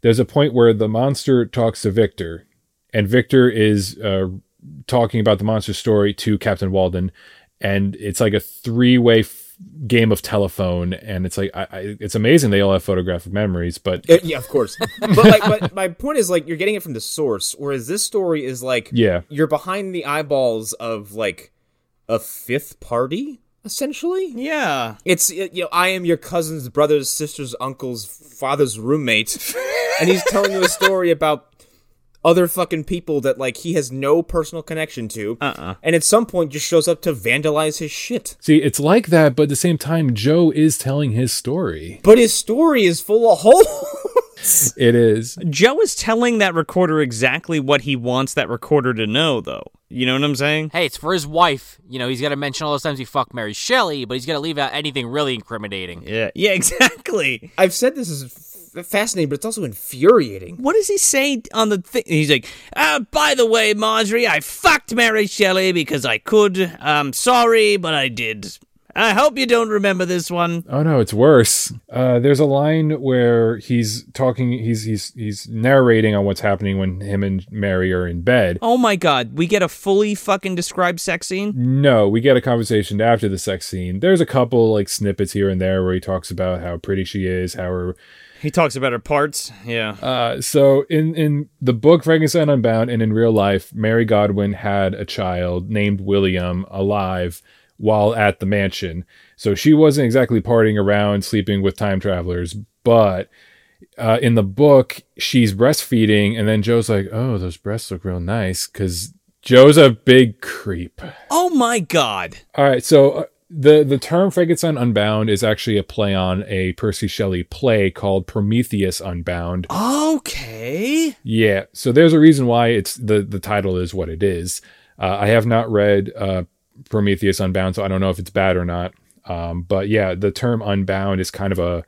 there's a point where the monster talks to Victor, and Victor is uh, talking about the monster story to Captain Walden, and it's like a three way f- game of telephone, and it's like I, I, it's amazing they all have photographic memories, but Uh, yeah, of course. but like, but my point is like you're getting it from the source, whereas this story is like Yeah. you're behind the eyeballs of like a fifth party essentially. Yeah. It's you know I am your cousin's brother's sister's uncle's father's roommate, and he's telling you a story about other fucking people that like he has no personal connection to, uh-uh. and at some point just shows up to vandalize his shit. See, it's like that, but at the same time, Joe is telling his story. But his story is full of *laughs* holes. It is. Joe is telling that recorder exactly what he wants that recorder to know, though. You know what I'm saying? Hey, it's for his wife. You know, he's got to mention all those times he fucked Mary Shelley, but he's got to leave out anything really incriminating. Yeah. Yeah, *laughs* exactly. I've said this is f- fascinating, but it's also infuriating. What does he say on the thing? He's like, uh, by the way, Marjorie, I fucked Mary Shelley because I could. I'm sorry, but I did. I hope you don't remember this one. Oh no, it's worse. Uh, there's a line where he's talking, he's he's he's narrating on what's happening when him and Mary are in bed. Oh my god, we get a fully fucking described sex scene? No, we get a conversation after the sex scene. There's a couple like snippets here and there where he talks about how pretty she is, how her He talks about her parts. Yeah. uh, so in in the book Frankenstein Unbound and in real life, Mary Godwin had a child named William alive while at the mansion. So she wasn't exactly partying around, sleeping with time travelers, but uh, in the book, she's breastfeeding, and then Joe's like, "Oh, those breasts look real nice," because Joe's a big creep. oh my god. All right, so uh, the the term Frankenstein Unbound is actually a play on a Percy Shelley play called Prometheus Unbound. Okay. Yeah, so there's a reason why it's the the title is what it is. Uh, I have not read uh, Prometheus Unbound, so I don't know if it's bad or not. Um, but yeah, the term Unbound is kind of a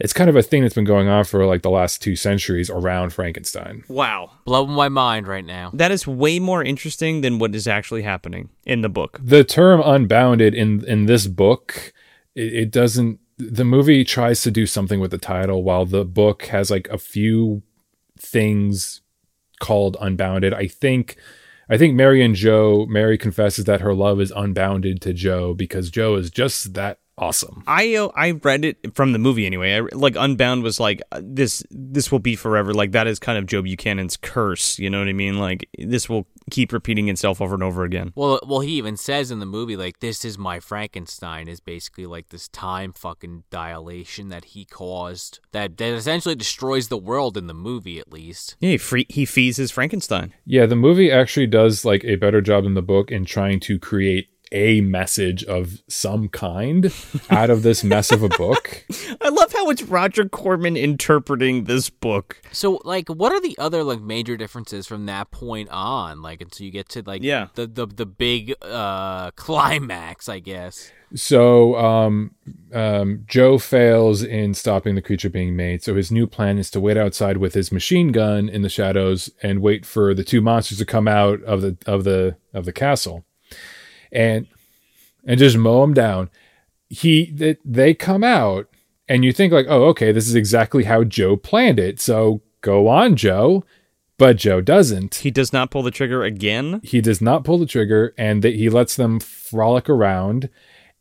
it's kind of a thing that's been going on for like the last two centuries around Frankenstein. Wow. Blowing my mind right now. That is way more interesting than what is actually happening in the book. the term unbounded in in this book it, it doesn't the movie tries to do something with the title while the book has like a few things called unbounded i think i think mary and joe mary confesses that her love is unbounded to joe because joe is just that awesome I uh, I read it from the movie anyway. I, re- like Unbound was like uh, this this will be forever. Like that is kind of Joe Buchanan's curse. You know what I mean? Like this will keep repeating itself over and over again. Well, well, he even says in the movie, like, "This is my Frankenstein," is basically like this time fucking dilation that he caused that, that essentially destroys the world in the movie, at least. Yeah, he, free, he fees his Frankenstein. yeah the movie actually does like a better job than the book in trying to create a message of some kind out of this mess of a book I love how it's Roger Corman interpreting this book. So, like, what are the other like major differences from that point on? Like, until you get to like Yeah. the the the big uh climax, I guess. So um, um, Joe fails in stopping the creature being made. So his new plan is to wait outside with his machine gun in the shadows and wait for the two monsters to come out of the of the of the castle, and and just mow them down. He that they come out, and you think like, oh, okay, this is exactly how Joe planned it. So go on, Joe, but Joe doesn't He does not pull the trigger again. he does not pull the trigger and that he lets them frolic around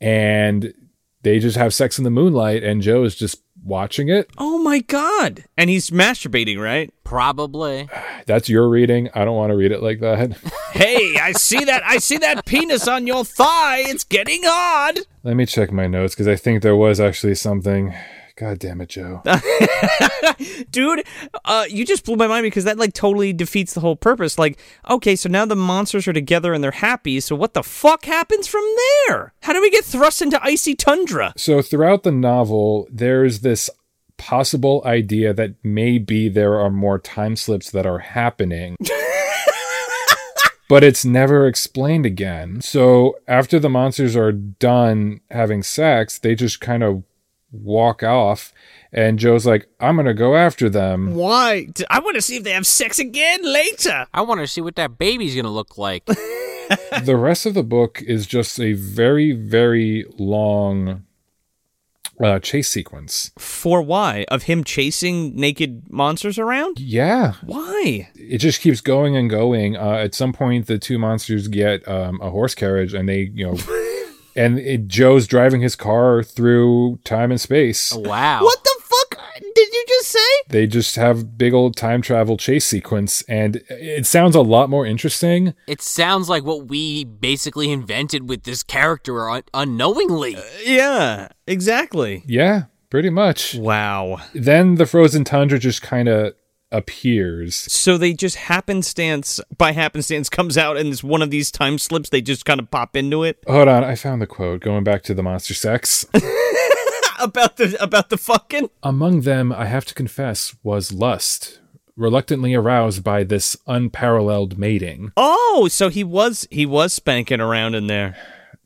and they just have sex in the moonlight and joe is just watching it Oh my god! And he's masturbating, right? Probably. that's your reading i don't want to read it like that *laughs* Hey, I see that. I see that penis on your thigh. It's getting hard. let me check my notes because i think there was actually something god damn it joe dude uh, you just blew my mind because that like totally defeats the whole purpose like okay so now the monsters are together and they're happy so what the fuck happens from there how do we get thrust into icy *laughs* tundra so throughout the novel there's this possible idea that maybe there are more time slips that are happening but it's never explained again. So after the monsters are done having sex, they just kind of walk off, and Joe's like, "I'm gonna go *laughs* after them." why D- i want to see if they have sex again later I want to see what that baby's gonna *laughs* look like. the rest of the book is just a very, very long uh, chase sequence. for why of him chasing naked monsters around Yeah, why it just keeps going and going. Uh, at some point, the two monsters get um, a horse carriage, and they, you know. And it, Joe's driving his car through time and space. Wow. what the fuck did you just say they just have big old time travel chase sequence and it sounds a lot more interesting It sounds like what we basically invented with this character un- unknowingly. yeah exactly yeah pretty much wow then the frozen tundra just kind of appears. So they just happenstance by happenstance comes out, and it's one of these time slips. They just kind of pop into it Hold on, I found the quote. Going back to the monster sex. about the about the fucking. Among them, I have to confess, was lust, reluctantly aroused by this unparalleled mating. Oh, so he was he was spanking around in there.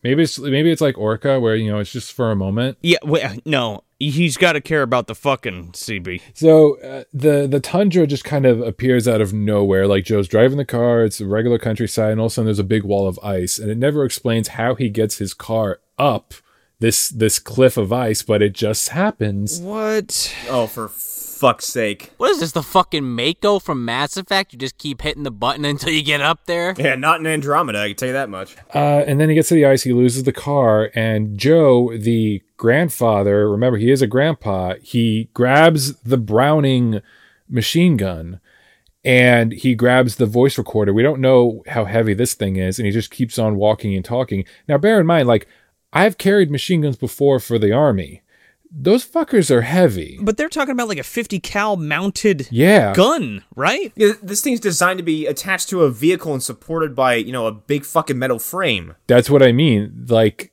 Maybe it's maybe it's like Orca, where you know it's just for a moment. Yeah, wait, uh, no, he's got to care about the fucking CB. So uh, the the tundra just kind of appears out of nowhere. Like Joe's driving the car, it's regular countryside, and all of a sudden there's a big wall of ice, and it never explains how he gets his car up this this cliff of ice, but it just happens. What? Oh, for fuck's sake. What is this? The fucking Mako from Mass Effect? You just keep hitting the button until you get *laughs* up there. Yeah, not in Andromeda, I can tell you that much. Uh, and then he gets to the ice, he loses the car, and Joe, the grandfather, remember he is a grandpa, he grabs the Browning machine gun and he grabs the voice recorder. We don't know how heavy this thing is, and he just keeps on walking and talking. Now, bear in mind, like, I've carried machine guns before for the army, those fuckers are heavy. But they're talking about like a fifty cal mounted Yeah. gun, right? Yeah, this thing's designed to be attached to a vehicle and supported by, you know, a big fucking metal frame. That's what I mean. Like,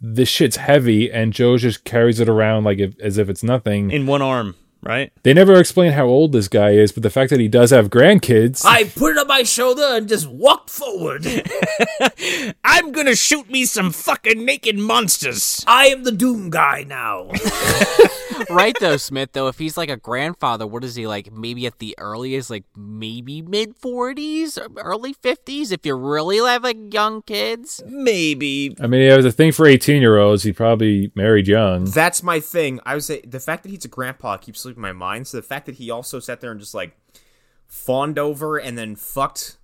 this shit's heavy, and Joe just carries it around like if, as if it's nothing. In one arm, right? They never explain how old this guy is, but the fact that he does have grandkids. I put it on my shoulder and just walked forward. *laughs* *laughs* I'm gonna shoot me some fucking naked monsters. Uh, I am the Doom guy now. right though, Smith. Though, if he's like a grandfather, what is he like? Maybe at the earliest, like maybe mid forties, early fifties. If you really have like young kids, *laughs* Maybe. I mean, it was a thing for 18 year olds. He probably married young. That's my thing. I would say the fact that he's a grandpa keeps sleeping in my mind. So the fact that he also sat there and just like fawned over and then fucked,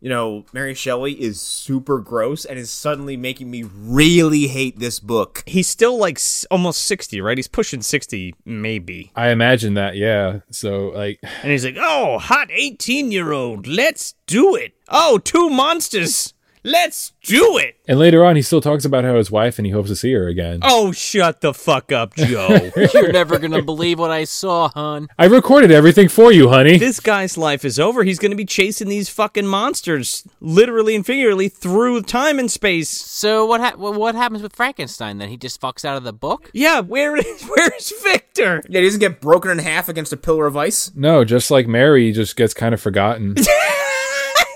you know, Mary Shelley is super gross and is suddenly making me really hate this book. He's still like s- almost sixty, right? He's pushing sixty, maybe. I imagine that, yeah. So, like, And he's like, "Oh, hot eighteen-year-old, let's do it. Oh, two monsters, let's do it." and later on, he still talks about how his wife and he hopes to see her again. Oh, shut the fuck up, Joe. you're never gonna believe what I saw, hun. I recorded everything for you, honey. this guy's life is over. He's going to be chasing these fucking monsters, literally and figuratively, through time and space. So what? Ha- what happens with Frankenstein? Then he just fucks out of the book. Yeah, where *laughs* is where's Victor? *laughs* Yeah, he doesn't get broken in half against a pillar of ice. No, just like Mary he just gets kind of forgotten.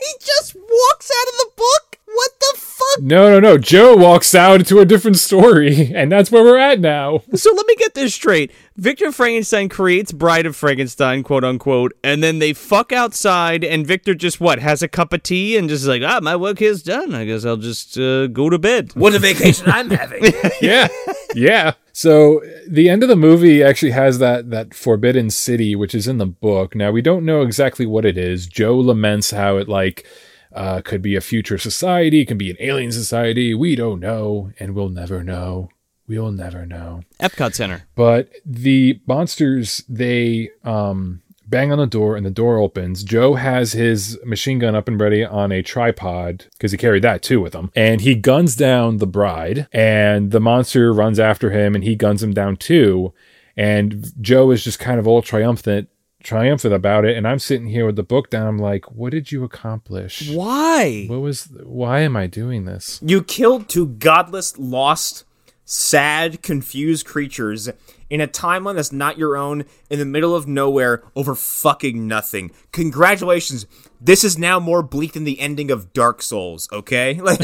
he just walks out of the book. What the fuck? No, no, no. Joe walks out into a different story, *laughs* and that's where we're at now. So let me get this straight. Victor Frankenstein creates Bride of Frankenstein, quote unquote, and then they fuck outside, and Victor just what has a cup of tea and just is like, ah, my work here's done. I guess I'll just uh, go to bed. what a vacation I'm having. yeah yeah so the end of the movie actually has that that forbidden city which is in the book now we don't know exactly what it is joe laments how it like uh, could be a future society it can be an alien society we don't know and we'll never know we'll never know Epcot Center. but the monsters they um bang on the door and the door opens joe has his machine gun up and ready on a tripod because he carried that too with him and he guns down the bride and the monster runs after him and he guns him down too and joe is just kind of all triumphant triumphant about it and i'm sitting here with the book down i'm like what did you accomplish Why? what was why am i doing this You killed two godless, lost, sad, confused creatures in a timeline that's not your own, in the middle of nowhere, over fucking nothing. Congratulations. This is now more bleak than the ending of Dark Souls, okay? *laughs* Like,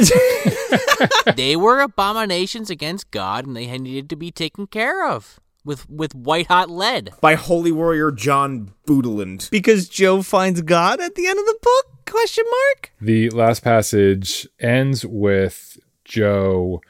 they were abominations against God, and they had needed to be taken care of with with white hot lead. by Holy Warrior John Boodland. Because Joe finds God at the end of the book? Question mark. The last passage ends with Joe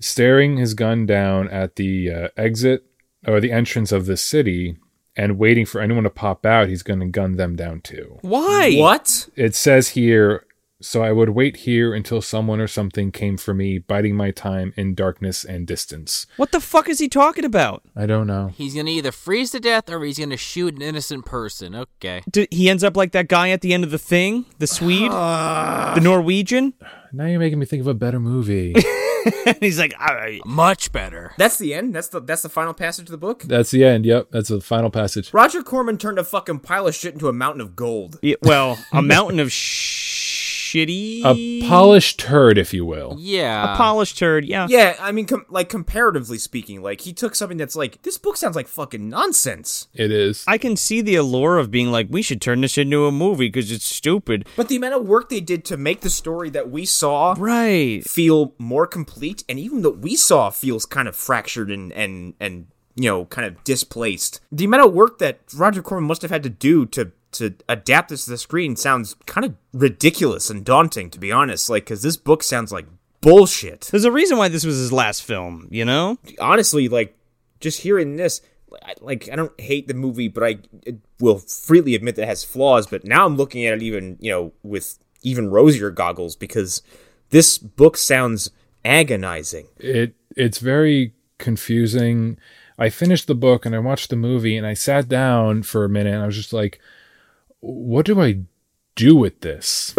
staring his gun down at the uh, exit or the entrance of the city and waiting for anyone to pop out. He's going to gun them down too. Why? What? It says here, so I would wait here until someone or something came for me, biding my time in darkness and distance. What the fuck is he talking about? I don't know. He's gonna either freeze to death or he's gonna shoot an innocent person. Okay. D- he ends up like that guy at the end of the thing, the Swede, the Norwegian. Now you're making me think of a better movie. *laughs* *laughs* and he's like, all right. Much better. That's the end. That's the that's the final passage of the book. That's the end. Yep, that's the final passage. Roger Corman turned a fucking pile of shit into a mountain of gold. Yeah, well, a mountain of shitty, A polished turd, if you will. Yeah. polished turd. Yeah. Yeah, I mean, com- like comparatively speaking, like he took something that's like this book sounds like fucking nonsense. It is. I can see the allure of being like, we should turn this into a movie because it's stupid. But the amount of work they did to make the story that we saw Right. feel more complete, and even that we saw feels kind of fractured and and and you know kind of displaced. The amount of work that Roger Corman must have had to do to to adapt this to the screen sounds kind of ridiculous and daunting, to be honest. Like, because this book sounds like bullshit. There's a reason why this was his last film, you know? honestly, like just hearing this, I- like I don't hate the movie, but I it will freely admit that it has flaws. But now I'm looking at it even you know with even rosier goggles because this book sounds agonizing. it it's very confusing. I finished the book and I watched the movie and I sat down for a minute and I was just like, what do I do with this?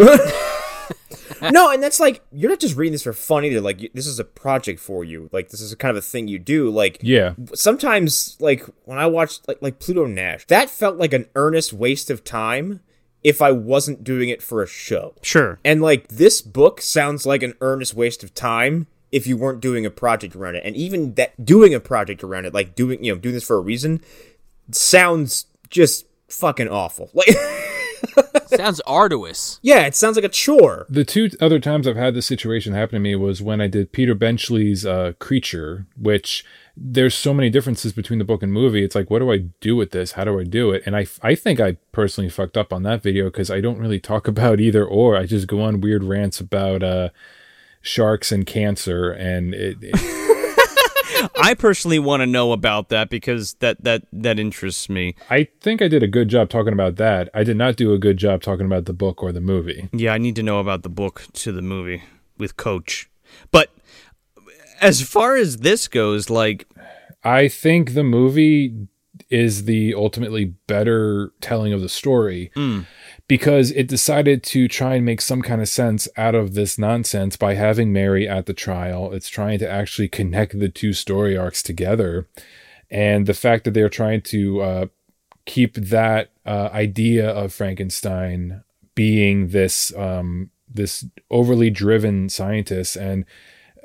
no, and that's like you're not just reading this for fun either. Like you- this is a project for you. Like this is a kind of a thing you do. Like yeah. sometimes like when I watched like like Pluto Nash, that felt like an earnest waste of time if I wasn't doing it for a show. Sure. And like this book sounds like an earnest waste of time if you weren't doing a project around it. And even that doing a project around it, like doing you know, doing this for a reason, sounds just fucking awful. *laughs* Like Sounds *laughs* arduous. yeah, it sounds like a chore. The two other times I've had this situation happen to me was when I did Peter Benchley's uh, Creature, which there's so many differences between the book and movie. It's like, what do I do with this? How do I do it? And I, I think I personally fucked up on that video because I don't really talk *laughs* about either or. I just go on weird rants about uh, sharks and cancer, and it, it I personally want to know about that because that that that interests me. I think I did a good job talking about that. I did not do a good job talking about the book or the movie. Yeah, I need to know about the book to the movie with Coach. But as far as this goes, like I think the movie is the ultimately better telling of the story because it decided to try and make some kind of sense out of this nonsense by having Mary at the trial. It's trying to actually connect the two story arcs together. And the fact that they're trying to uh, keep that uh, idea of Frankenstein being this um, this overly driven scientist and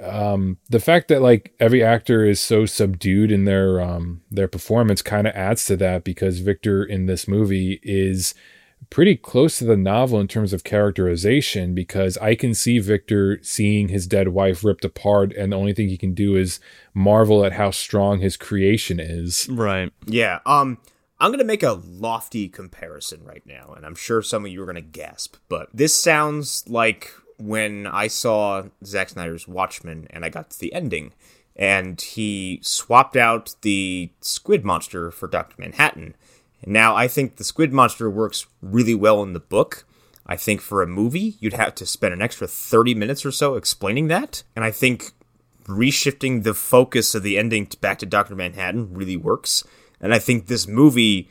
um, the fact that like every actor is so subdued in their um, their performance kind of adds to that because Victor in this movie is pretty close to the novel in terms of characterization because I can see Victor seeing his dead wife ripped apart and the only thing he can do is marvel at how strong his creation is. right. Yeah. Um I'm gonna make a lofty comparison right now, and I'm sure some of you are gonna gasp, but this sounds like when I saw Zack Snyder's Watchmen and I got to the ending, and he swapped out the squid monster for Dr. Manhattan. Now I think the squid monster works really well in the book. I think for a movie, you'd have to spend an extra 30 minutes or so explaining that. And I think reshifting the focus of the ending t- back to Dr. Manhattan really works. And I think this movie,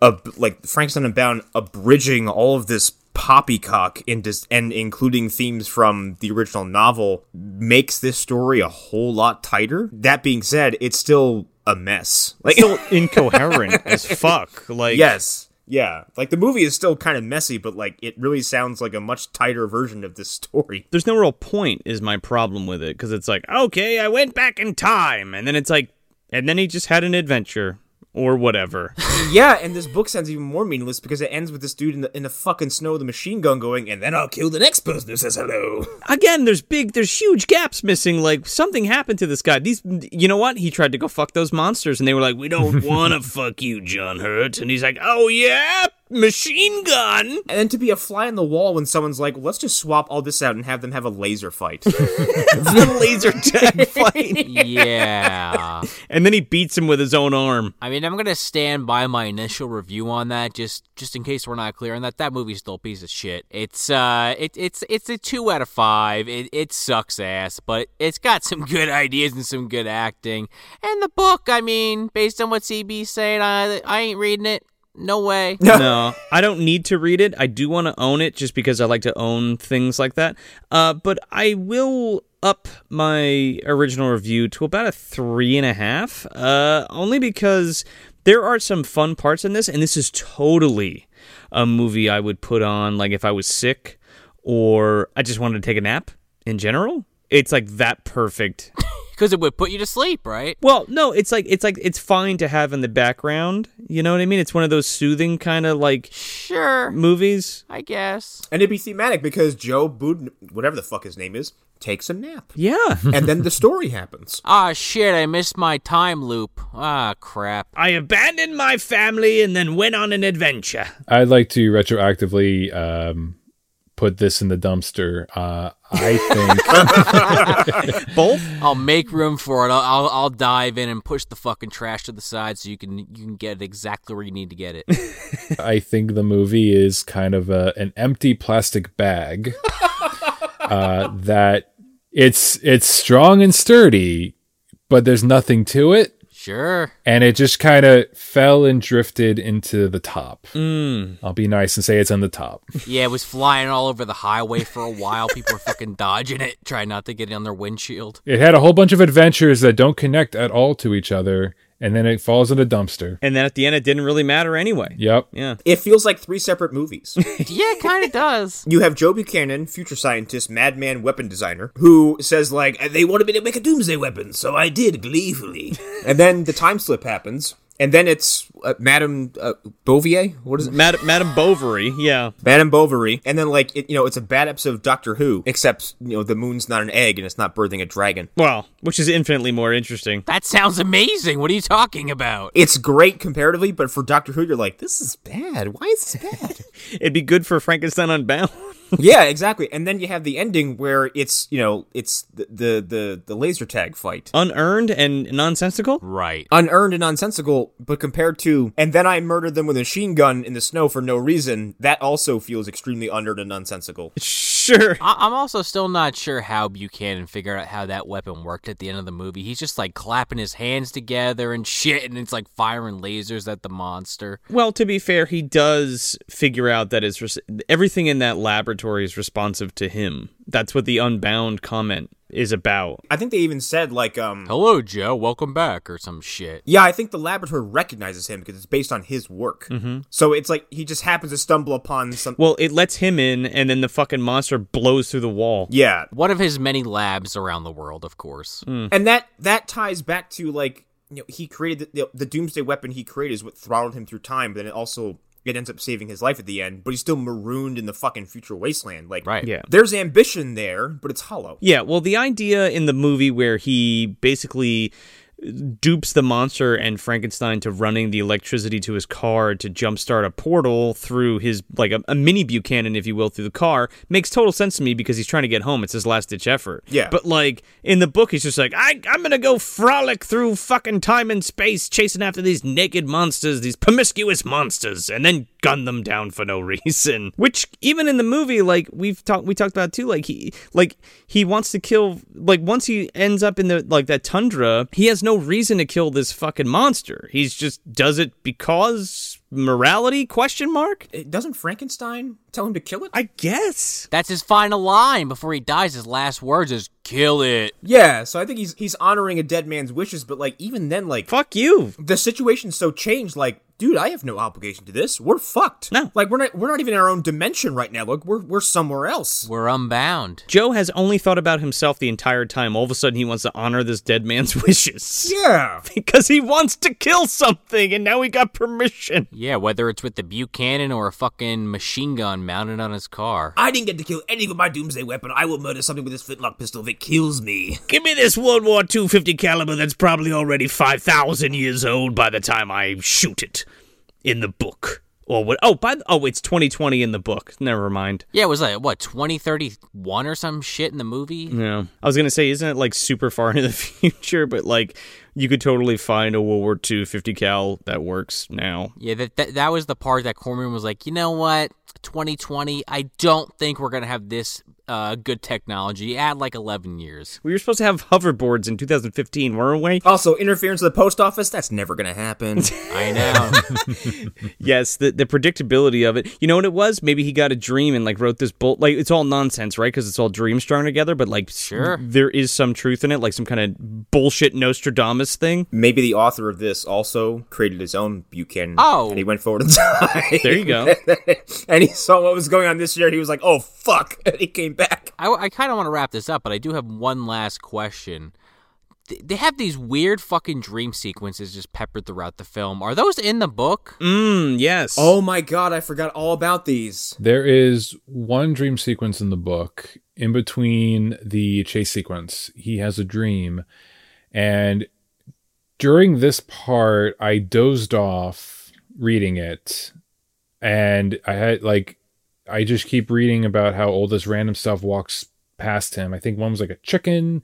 ab- like Frankenstein Unbound, abridging all of this poppycock and, dis- and including themes from the original novel, makes this story a whole lot tighter. That being said, it's still a mess. Like, Still incoherent as fuck. Like *laughs* yes. Yeah, like the movie is still kind of messy, but like it really sounds like a much tighter version of this story. there's no real point is my problem with it because it's like okay i went back in time and then it's like and then he just had an adventure or whatever Yeah, and this book sounds even more meaningless because it ends with this dude in the in the fucking snow with a machine gun going, and then I'll kill the next person who says hello. again there's big there's huge gaps missing like something happened to this guy these you know what he tried to go fuck those monsters and they were like we don't want to fuck you john hurt and he's like oh yeah machine gun And then to be a fly on the wall when someone's like, let's just swap all this out and have them have a laser fight. the laser tag fight Yeah. and then he beats him with his own arm I mean, I'm gonna stand by my initial review on that, just just in case we're not clear on that. That movie's still a piece of shit. It's uh, it, it's it's a two out of five. It it sucks ass, but it's got some *laughs* good ideas and some good acting. And the book, I mean, based on what CB's saying, I I ain't reading it. No *laughs* way. no, I don't need to read it. I do want to own it just because I like to own things like that. Uh, but I will up my original review to about a three and a half, uh, only because there are some fun parts in this, and this is totally a movie I would put on like if I was sick or I just wanted to take a nap in general. It's like that perfect Because it would put you to sleep, right? well, no, it's like it's like it's fine to have in the background. You know what I mean? It's one of those soothing kind of like Sure. movies. I guess. And it'd be thematic because Joe Bud, whatever the fuck his name is, takes a nap. Yeah. and then the story happens. Ah, shit, I missed my time loop. Ah, crap. I abandoned my family and then went on an adventure. I'd like to retroactively um, put this in the dumpster. Uh, I think Both? I'll make room for it. I'll, I'll I'll dive in and push the fucking trash to the side so you can you can get it exactly where you need to get it. *laughs* I think the movie is kind of a, an empty plastic bag uh, that it's it's strong and sturdy, but there's nothing to it. sure. and it just kind of fell and drifted into the top. I'll be nice and say it's on the top. Yeah, it was flying all over the highway for a while. People were fucking dodging it, trying not to get it on their windshield. It had a whole bunch of adventures that don't connect at all to each other, and then it falls in a dumpster. And then at the end, it didn't really matter anyway. Yep. Yeah. It feels like three separate movies. Yeah, it kind of does. you have Joe Buchanan, future scientist, madman weapon designer, who says like They wanted me to make a doomsday weapon, so I did gleefully. and then the time slip happens. And then it's uh, Madame uh, Bovier. What is it? Mad- Madame Bovary. Yeah. Madame Bovary. And then like it, you know, it's a bad episode of Doctor Who, except you know the moon's not an egg and it's not birthing a dragon. Well, which is infinitely more interesting. That sounds amazing. What are you talking about? It's great comparatively, but for Doctor Who, you're like, this is bad. Why is this bad? It'd be good for Frankenstein Unbound. yeah, exactly. And then you have the ending where it's you know it's the the the, the laser tag fight. Unearned and nonsensical? Right. unearned and nonsensical, but compared to, and then I murdered them with a machine gun in the snow for no reason, that also feels extremely unearned and nonsensical. Sure. I- I'm also still not sure how Buchanan figured out how that weapon worked at the end of the movie. He's just like clapping his hands together and shit, and it's like firing lasers at the monster. Well, to be fair, he does figure out that it's res- everything in that laboratory is responsive to him. That's what the Unbound comment is about. I think they even said, like, um, Hello, Joe. Welcome back, or some shit. yeah, I think the laboratory recognizes him because it's based on his work. Mm-hmm. So it's like he just happens to stumble upon some. Well, it lets him in, and then the fucking monster blows through the wall. Yeah, One of his many labs around the world, of course. and that that ties back to like you know he created the, the, the doomsday weapon he created is what throttled him through time, but then it also it ends up saving his life at the end. But he's still marooned in the fucking future wasteland. Like, Right. Yeah. there's ambition there, but it's hollow. Yeah, well, the idea in the movie where he basically dupes the monster and Frankenstein to running the electricity to his car to jumpstart a portal through his, like a, a mini Buchanan, if you will, through the car makes total sense to me because he's trying to get home. It's his last ditch effort. Yeah. But, like, in the book, he's just like, I, I'm going to go frolic through fucking time and space chasing after these naked monsters, these promiscuous monsters, and then gun them down for no *laughs* reason. Which, even in the movie, like, we've talked, we talked about too, like, he, like, he wants to kill, like, once he ends up in the, like, that tundra, he has no reason to kill this fucking monster. He's just, does it because morality? Question mark? It- doesn't Frankenstein tell him to kill it? I guess. That's his final line before he dies. His last words is "kill it." Yeah, so I think he's he's honoring a dead man's wishes, but like even then, like Fuck you. the situation's so changed. Like, dude, I have no obligation to this. We're fucked. No. like we're not we're not even in our own dimension right now. Look, we're we're somewhere else. We're unbound. Joe has only thought about himself the entire time. All of a sudden, he wants to honor this dead man's *laughs* wishes Yeah, because he wants to kill something, and now he got permission. Yeah, whether it's with the Buchanan or a fucking machine gun mounted on his car. I didn't get to kill any with my doomsday weapon. I will murder something with this flintlock pistol if it kills me. Give me this World War II 50 caliber that's probably already 5,000 years old by the time I shoot it in the book. Or what? Oh, by the, oh, it's 2020 in the book. Never mind. Yeah, it was like what 2031 or some shit in the movie. Yeah, I was gonna say, isn't it like super far into the *laughs* future? But like, you could totally find a World War II 50 cal that works now. Yeah, that, that that was the part that Corman was like, you know what, 2020. I don't think we're gonna have this uh, good technology at like 11 years. We were supposed to have hoverboards in 2015, weren't we? Also, interference with the post office, that's never going *laughs* to happen. I know. Yes, the, the predictability of it. You know what it was? Maybe he got a dream and like wrote this bolt. Like it's all nonsense, right? Because it's all dreams strung together. But like, Sure. there is some truth in it, like some kind of bullshit Nostradamus thing. Maybe the author of this also created his own Buchanan. Oh. And he went forward in *laughs* time. There you *laughs* go. *laughs* and he saw what was going on this year and he was like, oh, fuck. *laughs* And he came back. I, kind of want to wrap this up, but I do have one last question. Th- They have these weird fucking dream sequences just peppered throughout the film. Are those in the book? Mm, yes. Oh my god, I forgot all about these. There is one dream sequence in the book in between the chase sequence. He has a dream. And during this part, I dozed off reading it. And I had like, I just keep reading about how all this random stuff walks past him. I think one was like a chicken.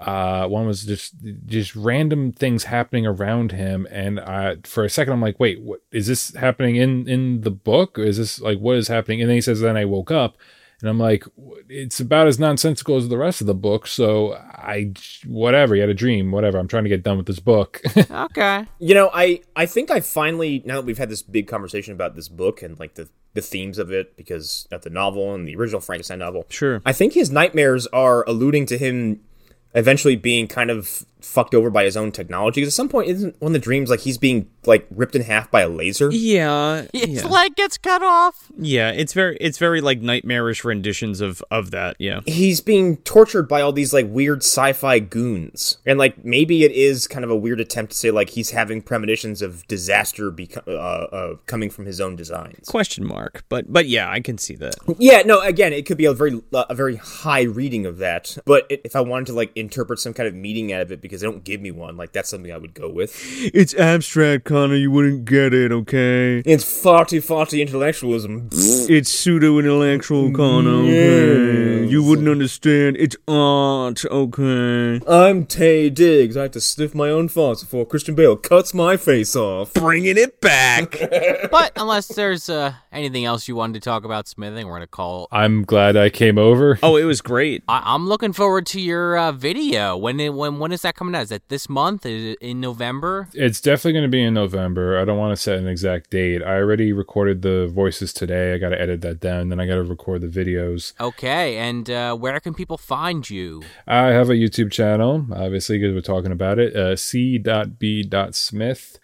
Uh, one was just just random things happening around him, and uh, for a second I'm like, wait, what is this happening in in the book? Is this like what is happening? And then he says, then I woke up, and I'm like, it's about as nonsensical as the rest of the book. So I whatever, you had a dream, whatever. I'm trying to get done with this book. *laughs* Okay. You know, I I think I finally now that we've had this big conversation about this book and like the the themes of it because of the novel and the original Frankenstein novel. Sure. I think his nightmares are alluding to him eventually being kind of fucked over by his own technology. 'Cause at some point, isn't one of the dreams like he's being like ripped in half by a laser? *laughs* yeah, His yeah, leg gets cut off. yeah. It's very, it's very like nightmarish renditions of of that. Yeah. he's being tortured by all these like weird sci-fi goons and like maybe it is kind of a weird attempt to say like he's having premonitions of disaster beco- uh, uh, coming from his own designs Question mark. But but yeah, I can see that. yeah no again it could be a very uh, a very high reading of that but it, if i wanted to like interpret some kind of meaning out of it because they don't give me one like that's something i would go with It's abstract, Connor. You wouldn't get it, okay? it's farty farty intellectualism *laughs* It's pseudo intellectual, Connor. Okay? You wouldn't understand. It's art, okay? i'm tay diggs i have to sniff my own thoughts before christian bale cuts my face off Bringing it back. But unless there's uh, anything else you wanted to talk about, Smith, I think we're going to call. I'm glad I came over. *laughs* oh, it was great. I- I'm looking forward to your uh, video. When it- when when is that coming out? Is that this month? Is it in November? It's definitely going to be in November. I don't want to set an exact date. I already recorded the voices today. I got to edit that down. Then I got to record the videos. Okay, and uh, where can people find you? I have a YouTube channel, obviously, because we're talking about it. Uh, C.B.Smith.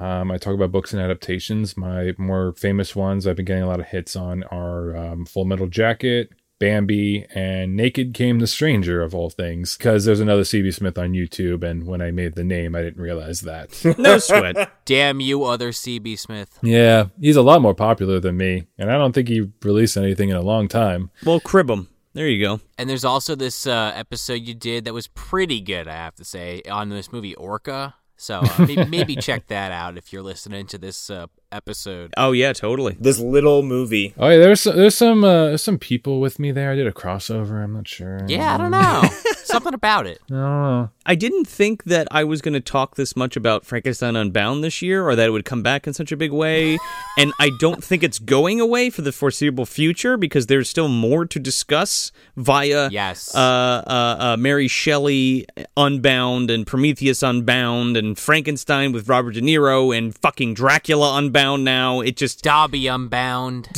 Um, I talk about books and adaptations. My more famous ones I've been getting a lot of hits on are um, Full Metal Jacket, Bambi, and Naked Came the Stranger, of all things, because there's another C.B. Smith on YouTube. And when I made the name, I didn't *laughs* realize that. No sweat. Damn you, other CB Smith. yeah, he's a lot more popular than me. And I don't think he released anything in a long time. well, crib 'em. There you go. And there's also this uh, episode you did that was pretty good, I have to say, on this movie Orca. So uh, maybe, maybe check that out if you're listening to this uh, episode. Oh, yeah, totally. this little movie Oh, yeah, there's, there's some uh, there's some people with me there. I did a crossover. I'm not sure. Yeah, I don't know. Something about it. I don't know. I didn't think that I was going to talk this much about Frankenstein Unbound this year or that it would come back in such a big *laughs* way. and I don't think it's going away for the foreseeable future because there's still more to discuss via Yes. uh, uh, uh, Mary Shelley uh, Unbound and Prometheus Unbound and Frankenstein with Robert De Niro and fucking Dracula Unbound now. It just. Dobby Unbound.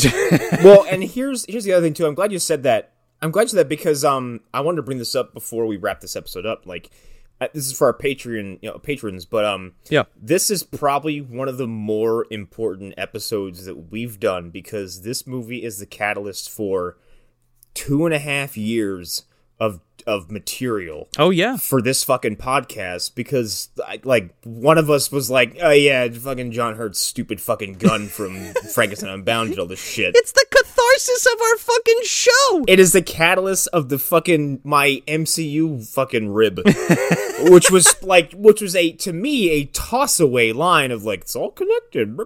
well, and here's here's the other thing too. I'm glad you said that. I'm glad you said that because um I wanted to bring this up before we wrap this episode up. Like uh, this is for our Patreon, you know, patrons, but um Yeah. this is probably one of the more important episodes that we've done because this movie is the catalyst for two and a half years of of material Oh, yeah. for this fucking podcast because I, like one of us was like, oh yeah, fucking John Hurt's stupid fucking gun from Frankenstein Unbound did all this shit. It's the catharsis of our fucking show. It is the catalyst of the fucking my MCU fucking rib, *laughs* which was like, which was a to me a toss away line of like it's all connected,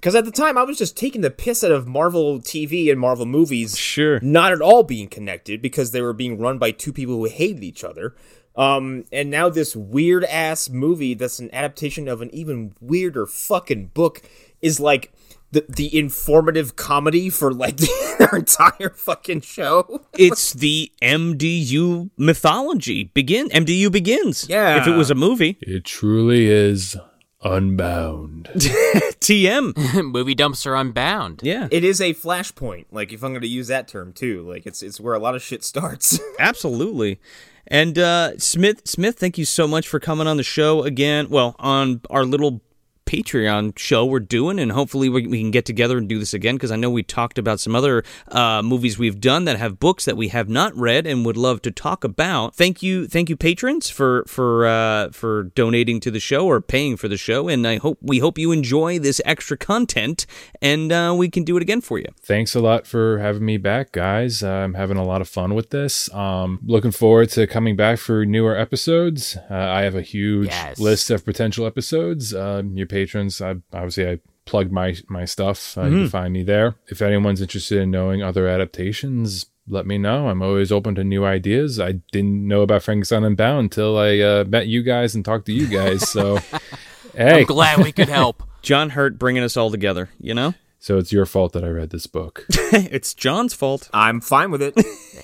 because at the time I was just taking the piss out of Marvel TV and Marvel movies, Sure. not at all being connected because they were being run by two people who hated each other. Um, and now this weird ass movie that's an adaptation of an even weirder fucking book is like the, the informative comedy for like *laughs* their entire fucking show. It's the MDU mythology begin. MDU begins. Yeah. If it was a movie, *laughs* It truly is *laughs* unbound. TM. Movie dumpster unbound. Yeah, It is a flashpoint. Like if I'm going to use that term too, like it's it's where a lot of shit starts. absolutely. And uh, Smith, Smith, thank you so much for coming on the show again. Well, on our little Patreon show we're doing, and hopefully we, we can get together and do this again because I know we talked about some other uh, movies we've done that have books that we have not read and would love to talk about. Thank you, thank you, patrons, for for uh, for donating to the show or paying for the show, and I hope we hope you enjoy this extra content, and uh, we can do it again for you. Thanks a lot for having me back, guys. I'm having a lot of fun with this. Um, looking forward to coming back for newer episodes. Uh, I have a huge Yes. list of potential episodes. Um, your patrons, I, obviously, I plugged my my stuff. Uh, Mm-hmm. You can find me there. If anyone's interested in knowing other adaptations, let me know. I'm always open to new ideas. I didn't know about Frankenstein Unbound until I uh, met you guys and talked to you guys. So, *laughs* hey, I'm glad we could help. John Hurt bringing us all together, you know. *laughs* so it's your fault that I read this book. it's John's fault. *laughs* I'm fine with it.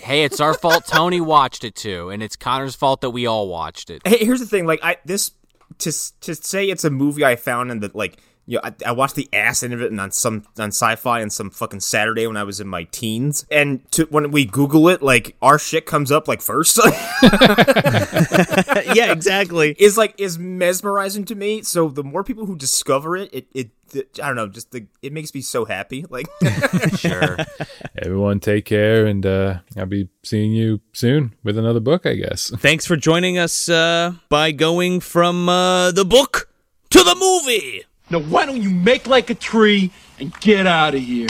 hey, it's our fault Tony watched it too, and it's Connor's fault that we all watched it. Hey, here's the thing. Like I this to s- to say it's a movie I found and that like you know, I, I watched the ass end of it and on some on sci-fi and some fucking Saturday when I was in my teens. And to, when we Google it, like our shit comes up like first. *laughs* *laughs* yeah, exactly. is like is mesmerizing to me. So the more people who discover it, it it, it I don't know, just the it makes me so happy. Like *laughs* Sure. Everyone take care, and uh, I'll be seeing you soon with another book, I guess. Thanks for joining us uh, by going from uh, the book to the movie. Now, why don't you make like a tree and get out of here?